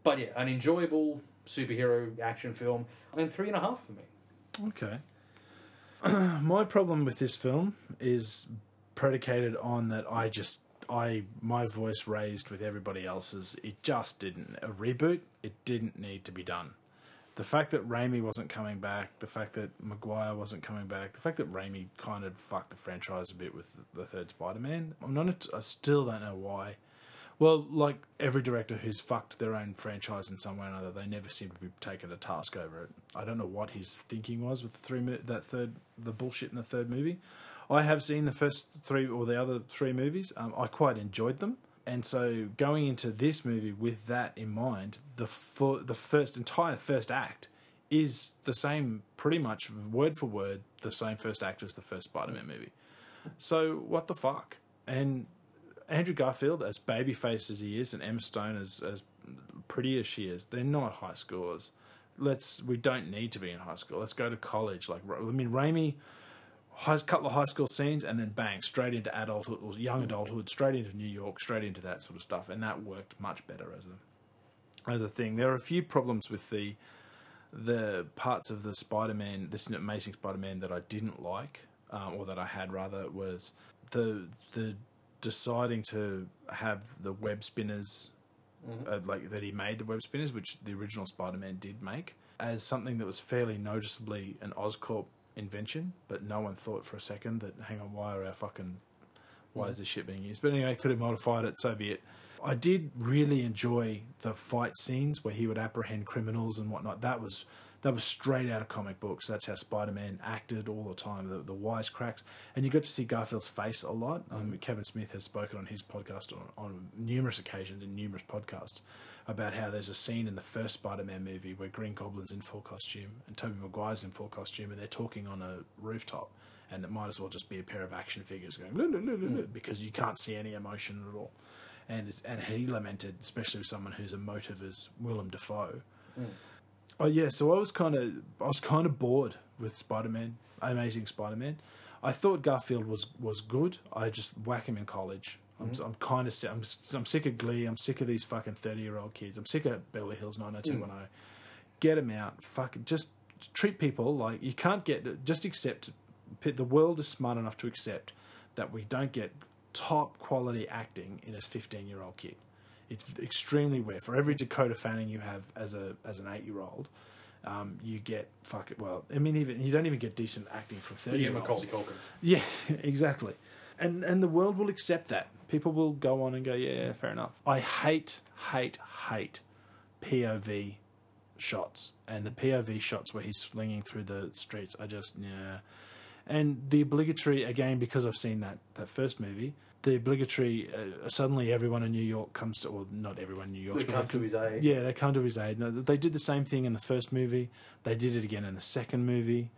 Speaker 3: But yeah, an enjoyable superhero action film, and three and a half for me.
Speaker 1: Okay. *clears throat* my problem with this film is predicated on that I just I my voice raised with everybody else's. It just didn't a reboot. It didn't need to be done. The fact that Raimi wasn't coming back, the fact that Maguire wasn't coming back, the fact that Raimi kind of fucked the franchise a bit with the third Spider-Man. I'm not. I still don't know why. Well, like every director who's fucked their own franchise in some way or another, they never seem to be taken to task over it. I don't know what his thinking was with the three mo- that third the bullshit in the third movie. I have seen the first three or the other three movies. Um, I quite enjoyed them, and so going into this movie with that in mind, the fu- the first entire first act is the same, pretty much word for word, the same first act as the first Spider-Man movie. So what the fuck? And Andrew Garfield, as babyface as he is, and Emma Stone, as as pretty as she is, they're not high schoolers. Let's we don't need to be in high school. Let's go to college. Like I mean, Raimi, a couple of high school scenes, and then bang, straight into adulthood or young adulthood, straight into New York, straight into that sort of stuff, and that worked much better as a as a thing. There are a few problems with the the parts of the Spider-Man, this Amazing Spider-Man that I didn't like, um, or that I had rather, was the the deciding to have the web spinners, uh, like that he made the web spinners, which the original Spider-Man did make, as something that was fairly noticeably an Oscorp invention, but no one thought for a second that hang on, why are our fucking why is this shit being used? But anyway, could have modified it, so be it. I did really enjoy the fight scenes where he would apprehend criminals and whatnot. That was that was straight out of comic books. That's how Spider Man acted all the time, the, the wisecracks. And you got to see Garfield's face a lot. Um, Kevin Smith has spoken on his podcast on, on numerous occasions in numerous podcasts about how there's a scene in the first Spider Man movie where Green Goblin's in full costume and Tobey Maguire's in full costume and they're talking on a rooftop and it might as well just be a pair of action figures going "Lu, lu, lu, lu, lu," because you can't see any emotion at all. And it's, and he lamented, especially with someone whose emotive is Willem Dafoe. Oh yeah, so I was kind of I was kind of bored with Spider Man, Amazing Spider Man. I thought Garfield was was good. I just whack him in college. I'm, I'm kind of sick. I'm, s- I'm sick of Glee. I'm sick of these fucking thirty year old kids. I'm sick of Beverly Hills 90210 get them out. Fuck, just treat people like you can't get. Just accept. The world is smart enough to accept that we don't get top quality acting in a 15 year old kid. It's extremely rare. For every Dakota Fanning you have as a as an eight year old, um, you get fuck it. Well, I mean, even you don't even get decent acting from 30
Speaker 3: Yeah,
Speaker 1: year olds.
Speaker 3: Macaulay Culkin.
Speaker 1: Yeah, *laughs* exactly. And and the world will accept that. People will go on and go, yeah, fair enough. I hate, hate, hate POV shots, and the POV shots where he's slinging through the streets are just yeah. And the obligatory again because I've seen that that first movie. The obligatory uh, suddenly everyone in New York comes to, or not everyone in New York,
Speaker 3: Who come to his aid.
Speaker 1: Yeah, they come to his aid. No, they did the same thing in the first movie. They did it again in the second movie.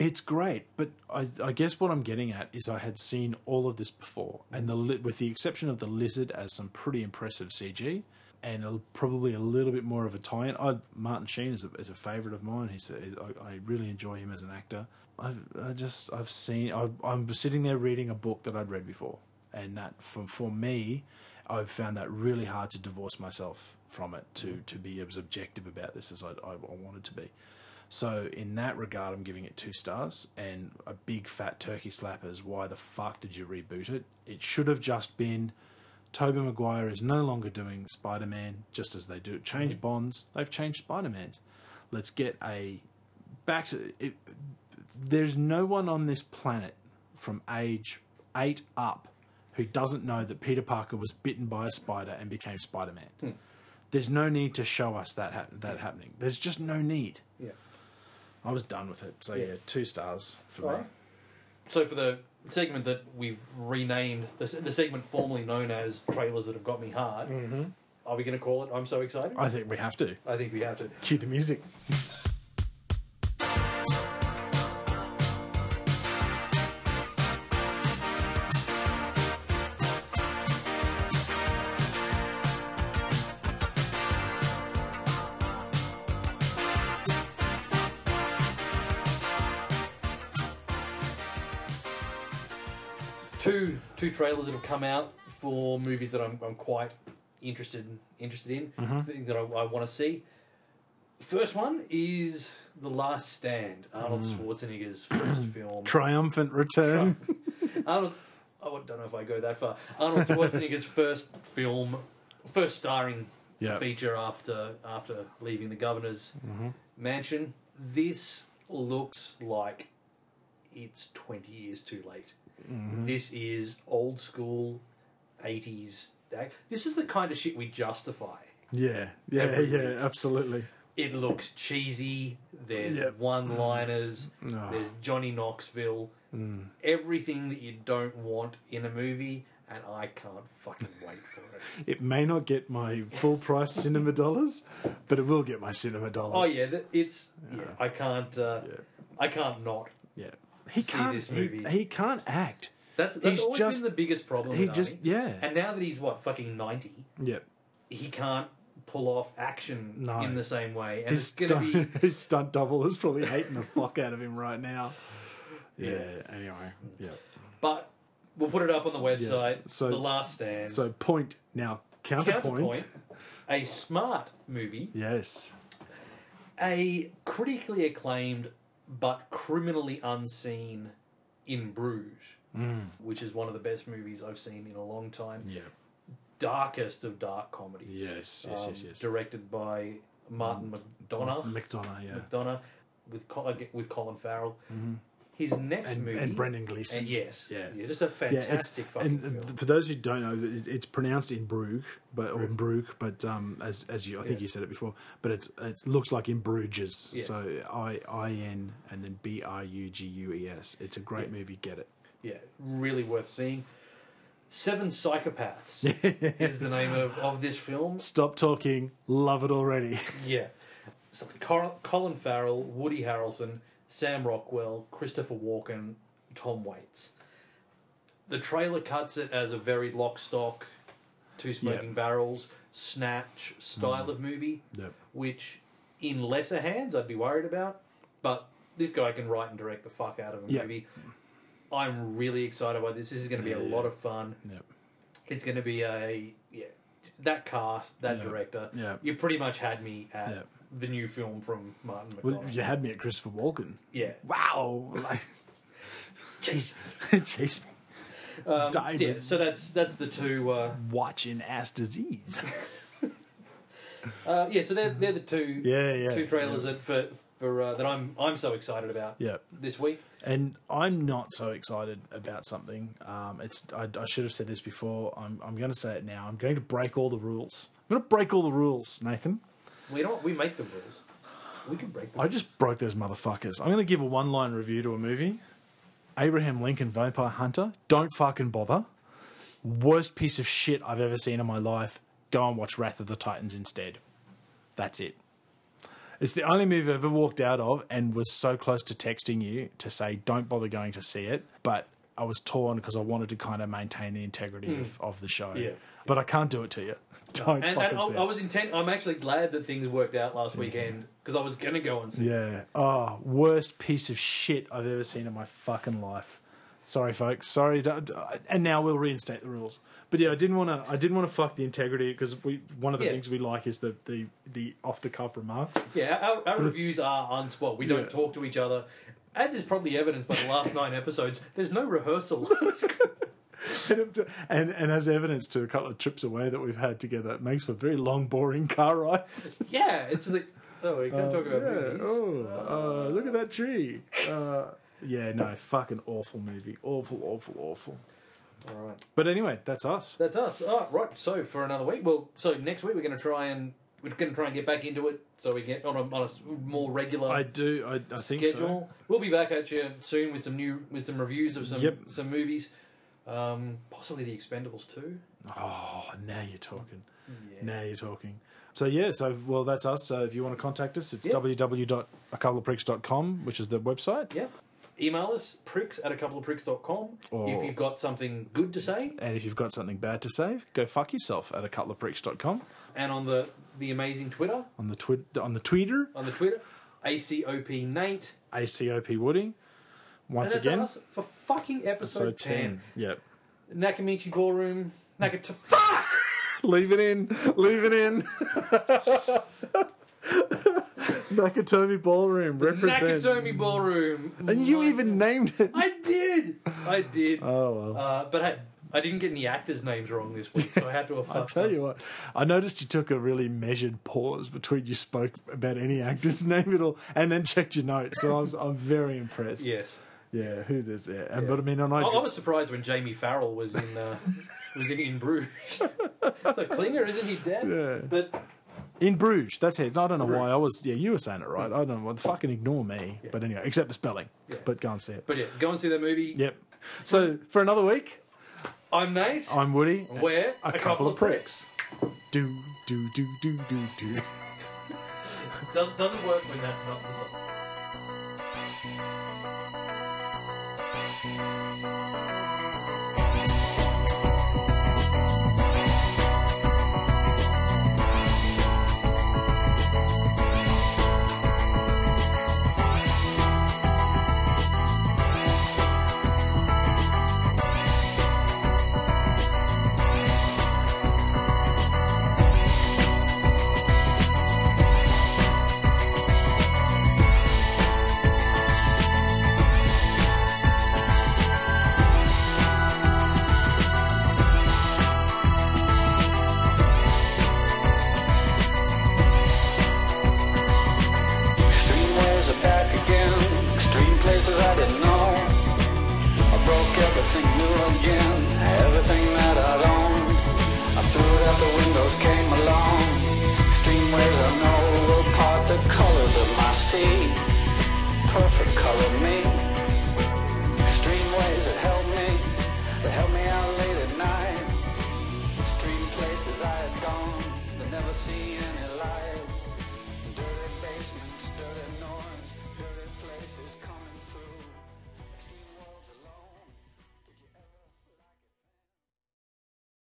Speaker 1: It's great, but I, I guess what I'm getting at is I had seen all of this before, and the li- with the exception of the lizard as some pretty impressive CG, and a, probably a little bit more of a tie-in. I, Martin Sheen is a, is a favorite of mine. He's, he's I, I really enjoy him as an actor. I've I just I've seen I, I'm sitting there reading a book that I'd read before, and that for for me, I've found that really hard to divorce myself from it to to be as objective about this as I, I, I wanted to be. So in that regard, I'm giving it two stars and a big fat turkey slap is why the fuck did you reboot it? It should have just been Toby Maguire is no longer doing Spider Man, just as they do. Change Bonds, they've changed Spider Man's. Let's get a back to it, there's no one on this planet from age eight up who doesn't know that Peter Parker was bitten by a spider and became Spider Man. There's no need to show us that hap that happening. There's just no need.
Speaker 3: Yeah.
Speaker 1: I was done with it. So yeah, two stars for
Speaker 3: All
Speaker 1: me.
Speaker 3: right. So for the segment that we've renamed, the, se- the segment formerly known as trailers that have got me hard, are we going to call it? I'm so excited.
Speaker 1: I think we have to
Speaker 3: Mm-hmm. I think we have to.
Speaker 1: cue the music.
Speaker 3: two two trailers that have come out for movies that I'm, I'm quite interested interested in thing that I, I want to see. First one is The Last Stand, Arnold Schwarzenegger's first film.
Speaker 1: Triumphant return.
Speaker 3: Arnold, oh, I don't know if I go that far. Arnold Schwarzenegger's *laughs* first film, first starring
Speaker 1: Yeah.
Speaker 3: feature after after leaving the governor's mansion. This looks like it's twenty years too late. This is old school, eighties. This is the kind of shit we justify.
Speaker 1: Yeah, yeah,
Speaker 3: Every
Speaker 1: yeah, absolutely.
Speaker 3: It looks cheesy. There's
Speaker 1: Yep. Mm.
Speaker 3: one-liners.
Speaker 1: No. Mm.
Speaker 3: There's Johnny Knoxville. Everything that you don't want in a movie, and I can't fucking wait for it.
Speaker 1: *laughs* It may not get my full price cinema dollars, but it will get my cinema
Speaker 3: Oh
Speaker 1: dollars.
Speaker 3: yeah, th- it's yeah. I can't. Uh,
Speaker 1: Yeah.
Speaker 3: I can't not.
Speaker 1: yeah. He
Speaker 3: See
Speaker 1: can't.
Speaker 3: this
Speaker 1: He,
Speaker 3: movie.
Speaker 1: he can't act.
Speaker 3: That's that's
Speaker 1: He's
Speaker 3: always
Speaker 1: just-
Speaker 3: been the biggest problem.
Speaker 1: He
Speaker 3: with
Speaker 1: just
Speaker 3: Arnie.
Speaker 1: yeah.
Speaker 3: And now that he's what fucking ninety,
Speaker 1: yeah.
Speaker 3: he can't pull off action
Speaker 1: No.
Speaker 3: in the same way, and
Speaker 1: His
Speaker 3: it's gonna
Speaker 1: stunt,
Speaker 3: be.
Speaker 1: *laughs* his stunt double is probably hating the fuck out of him right now. Yeah.
Speaker 3: Yeah.
Speaker 1: Anyway. Yeah.
Speaker 3: *laughs* But we'll put it up on the website.
Speaker 1: So-
Speaker 3: the Last Stand.
Speaker 1: So point now counterpoint.
Speaker 3: Counterpoint, a smart movie,
Speaker 1: Yes.
Speaker 3: a critically acclaimed but criminally unseen in Bruges,
Speaker 1: Mm.
Speaker 3: which is one of the best movies I've seen in a long time.
Speaker 1: Yeah.
Speaker 3: Darkest of dark comedies.
Speaker 1: Yes, yes,
Speaker 3: Um,
Speaker 1: yes, yes.
Speaker 3: Directed by Martin McDonough.
Speaker 1: McDonough. Yeah. Mm-hmm.
Speaker 3: McDonough with Col- with Colin Farrell. His next
Speaker 1: And,
Speaker 3: movie
Speaker 1: and Brendan Gleeson.
Speaker 3: and yes,
Speaker 1: Yeah.
Speaker 3: yeah. just a
Speaker 1: Yeah, it's-
Speaker 3: fantastic fucking
Speaker 1: and
Speaker 3: film.
Speaker 1: th- for those who don't know, it- it's pronounced in Brugge, but or Brugge, but um, as as you, I think
Speaker 3: Yeah.
Speaker 1: you said it before, but it's it looks like in Bruges,
Speaker 3: Yeah.
Speaker 1: so I I N and then B R U G U E S. It's a great movie. Get it?
Speaker 3: yeah, really worth seeing.
Speaker 1: *laughs*
Speaker 3: Seven Psychopaths is the name of, of this film.
Speaker 1: Stop talking. Love it already. *laughs*
Speaker 3: Yeah. So Cor- Colin Farrell, Woody Harrelson, Sam Rockwell, Christopher Walken, Tom Waits. The trailer cuts it as a very lock stock, two smoking
Speaker 1: Yeah. Hmm.
Speaker 3: barrels, snatch style of movie,
Speaker 1: Yep.
Speaker 3: which in lesser hands I'd be worried about, but this guy can write and direct the fuck out of a
Speaker 1: Yeah.
Speaker 3: movie. I'm really excited by this. This is going to be a lot of fun.
Speaker 1: Yep.
Speaker 3: It's going to be a yeah, that cast, that
Speaker 1: Yeah.
Speaker 3: director.
Speaker 1: Yeah.
Speaker 3: You pretty much had me at
Speaker 1: Yeah.
Speaker 3: the new film from Martin McDonagh.
Speaker 1: Well, you had me at Christopher Walken.
Speaker 3: yeah.
Speaker 1: Wow. *laughs* Like,
Speaker 3: Jeez.
Speaker 1: jeez.
Speaker 3: Um,
Speaker 1: Died
Speaker 3: yeah.
Speaker 1: with-
Speaker 3: So that's that's the two. Uh,
Speaker 1: Watching ass
Speaker 3: *laughs*
Speaker 1: disease.
Speaker 3: uh, yeah. So they're they're the two.
Speaker 1: Yeah, yeah,
Speaker 3: Two trailers that for for uh, that I'm I'm so excited about.
Speaker 1: Yep.
Speaker 3: This week.
Speaker 1: And I'm not so excited about something. Um, it's I, I should have said this before. I'm I'm going to say it now. I'm going to break all the rules. I'm going to break all the rules, Nathan.
Speaker 3: We don't. We make the rules. We can break them.
Speaker 1: I just broke those motherfuckers. I'm going to give a one line review to a movie Abraham Lincoln Vampire Hunter. Don't fucking bother. Worst piece of shit I've ever seen in my life. Go and watch Wrath of the Titans instead. That's it. It's the only movie I've ever walked out of and was so close to texting you to say, don't bother going to see it. But I was torn because I wanted to kind of maintain the integrity of, of the show.
Speaker 3: Hmm. Yeah.
Speaker 1: But I can't do it to you. *laughs* Don't
Speaker 3: and,
Speaker 1: fucking
Speaker 3: and
Speaker 1: see it.
Speaker 3: I, I was intent. I'm actually glad that things worked out last weekend because I was gonna go and see.
Speaker 1: Yeah. Oh, worst piece of shit I've ever seen in my fucking life. Sorry, folks. Sorry. Don't, and now we'll reinstate the rules. But yeah, I didn't want to. I didn't want to fuck the integrity because we. One of the
Speaker 3: Yeah.
Speaker 1: things we like is the the the off the cuff remarks. *laughs*
Speaker 3: Yeah, our, our reviews are on spot. We don't
Speaker 1: Yeah.
Speaker 3: talk to each other. As is probably evidenced by
Speaker 1: *laughs*
Speaker 3: the last nine episodes, there's no rehearsal.
Speaker 1: and, and as evidence to a couple of trips away that we've had together, it makes for very long, boring car rides.
Speaker 3: yeah, it's just like, oh, we *laughs* can't talk about
Speaker 1: Uh, yeah.
Speaker 3: movies.
Speaker 1: Oh, uh, look at that tree. Uh, yeah. No. Fucking awful movie. Awful. Awful. Awful.
Speaker 3: All right.
Speaker 1: But anyway, that's us.
Speaker 3: That's us. All right, right. So for another week, well, so next week we're going to try and we're going to try and get back into it, so we get on a, on a s- more regular
Speaker 1: I do. I, I think so.
Speaker 3: schedule. We'll be back at you soon with some new with some reviews of some
Speaker 1: Yep.
Speaker 3: some movies, um, possibly The Expendables too.
Speaker 1: Oh, now you're talking.
Speaker 3: Yeah.
Speaker 1: Now you're talking. So yeah, so well that's us. So if you want to contact us, it's
Speaker 3: Yeah.
Speaker 1: www.acoupleofpricks.com, which is the website.
Speaker 3: Yeah. Email us, pricks at a couple of pricks.com.
Speaker 1: Or-
Speaker 3: If you've got something good to say.
Speaker 1: And if you've got something bad to say, go fuck yourself at acoupleofpricks.com
Speaker 3: And on the, the amazing Twitter,
Speaker 1: on the twi- on the Twitter,
Speaker 3: on the Twitter, ACOP Nate.
Speaker 1: ACOP Woody.
Speaker 3: And
Speaker 1: Once
Speaker 3: that's
Speaker 1: again,
Speaker 3: us for fucking
Speaker 1: so
Speaker 3: episode 10.
Speaker 1: 10. Yep.
Speaker 3: Nakamichi Ballroom. Nakata. Fuck!
Speaker 1: Leave it in. Leave it in. *laughs* Nakatomi Ballroom represent.
Speaker 3: Nakatomi Ballroom.
Speaker 1: And you
Speaker 3: My-
Speaker 1: even named it.
Speaker 3: I did! I
Speaker 1: *laughs*
Speaker 3: did.
Speaker 1: Oh well.
Speaker 3: Uh, but hey, I didn't get any actors' names wrong this week, so
Speaker 1: *laughs*
Speaker 3: I had to have
Speaker 1: I
Speaker 3: fucked
Speaker 1: tell
Speaker 3: up.
Speaker 1: you what, I noticed you took a really measured pause between you spoke about any actor's *laughs* name at all, and then checked your notes. So I was, I'm very impressed.
Speaker 3: Yes.
Speaker 1: yeah. Who this? Yeah. And,
Speaker 3: Yeah.
Speaker 1: But I mean, on I,
Speaker 3: I, I was surprised when Jamie Farrell was in uh, *laughs* was in
Speaker 1: *laughs*
Speaker 3: In Bruges. the Klinger, isn't he dead?
Speaker 1: Yeah.
Speaker 3: But
Speaker 1: in Bruges. That's it. I don't know why I was. Yeah, you were saying it right. I don't know. Well, fucking ignore me. But anyway, except the spelling.
Speaker 3: Yeah.
Speaker 1: But go and see it.
Speaker 3: but yeah, go and see that movie.
Speaker 1: Yep. So for another week,
Speaker 3: I'm Nate.
Speaker 1: I'm Woody.
Speaker 3: We're
Speaker 1: a, couple, of pricks. Do do do do do do.
Speaker 3: Does, doesn't work when that's not the song.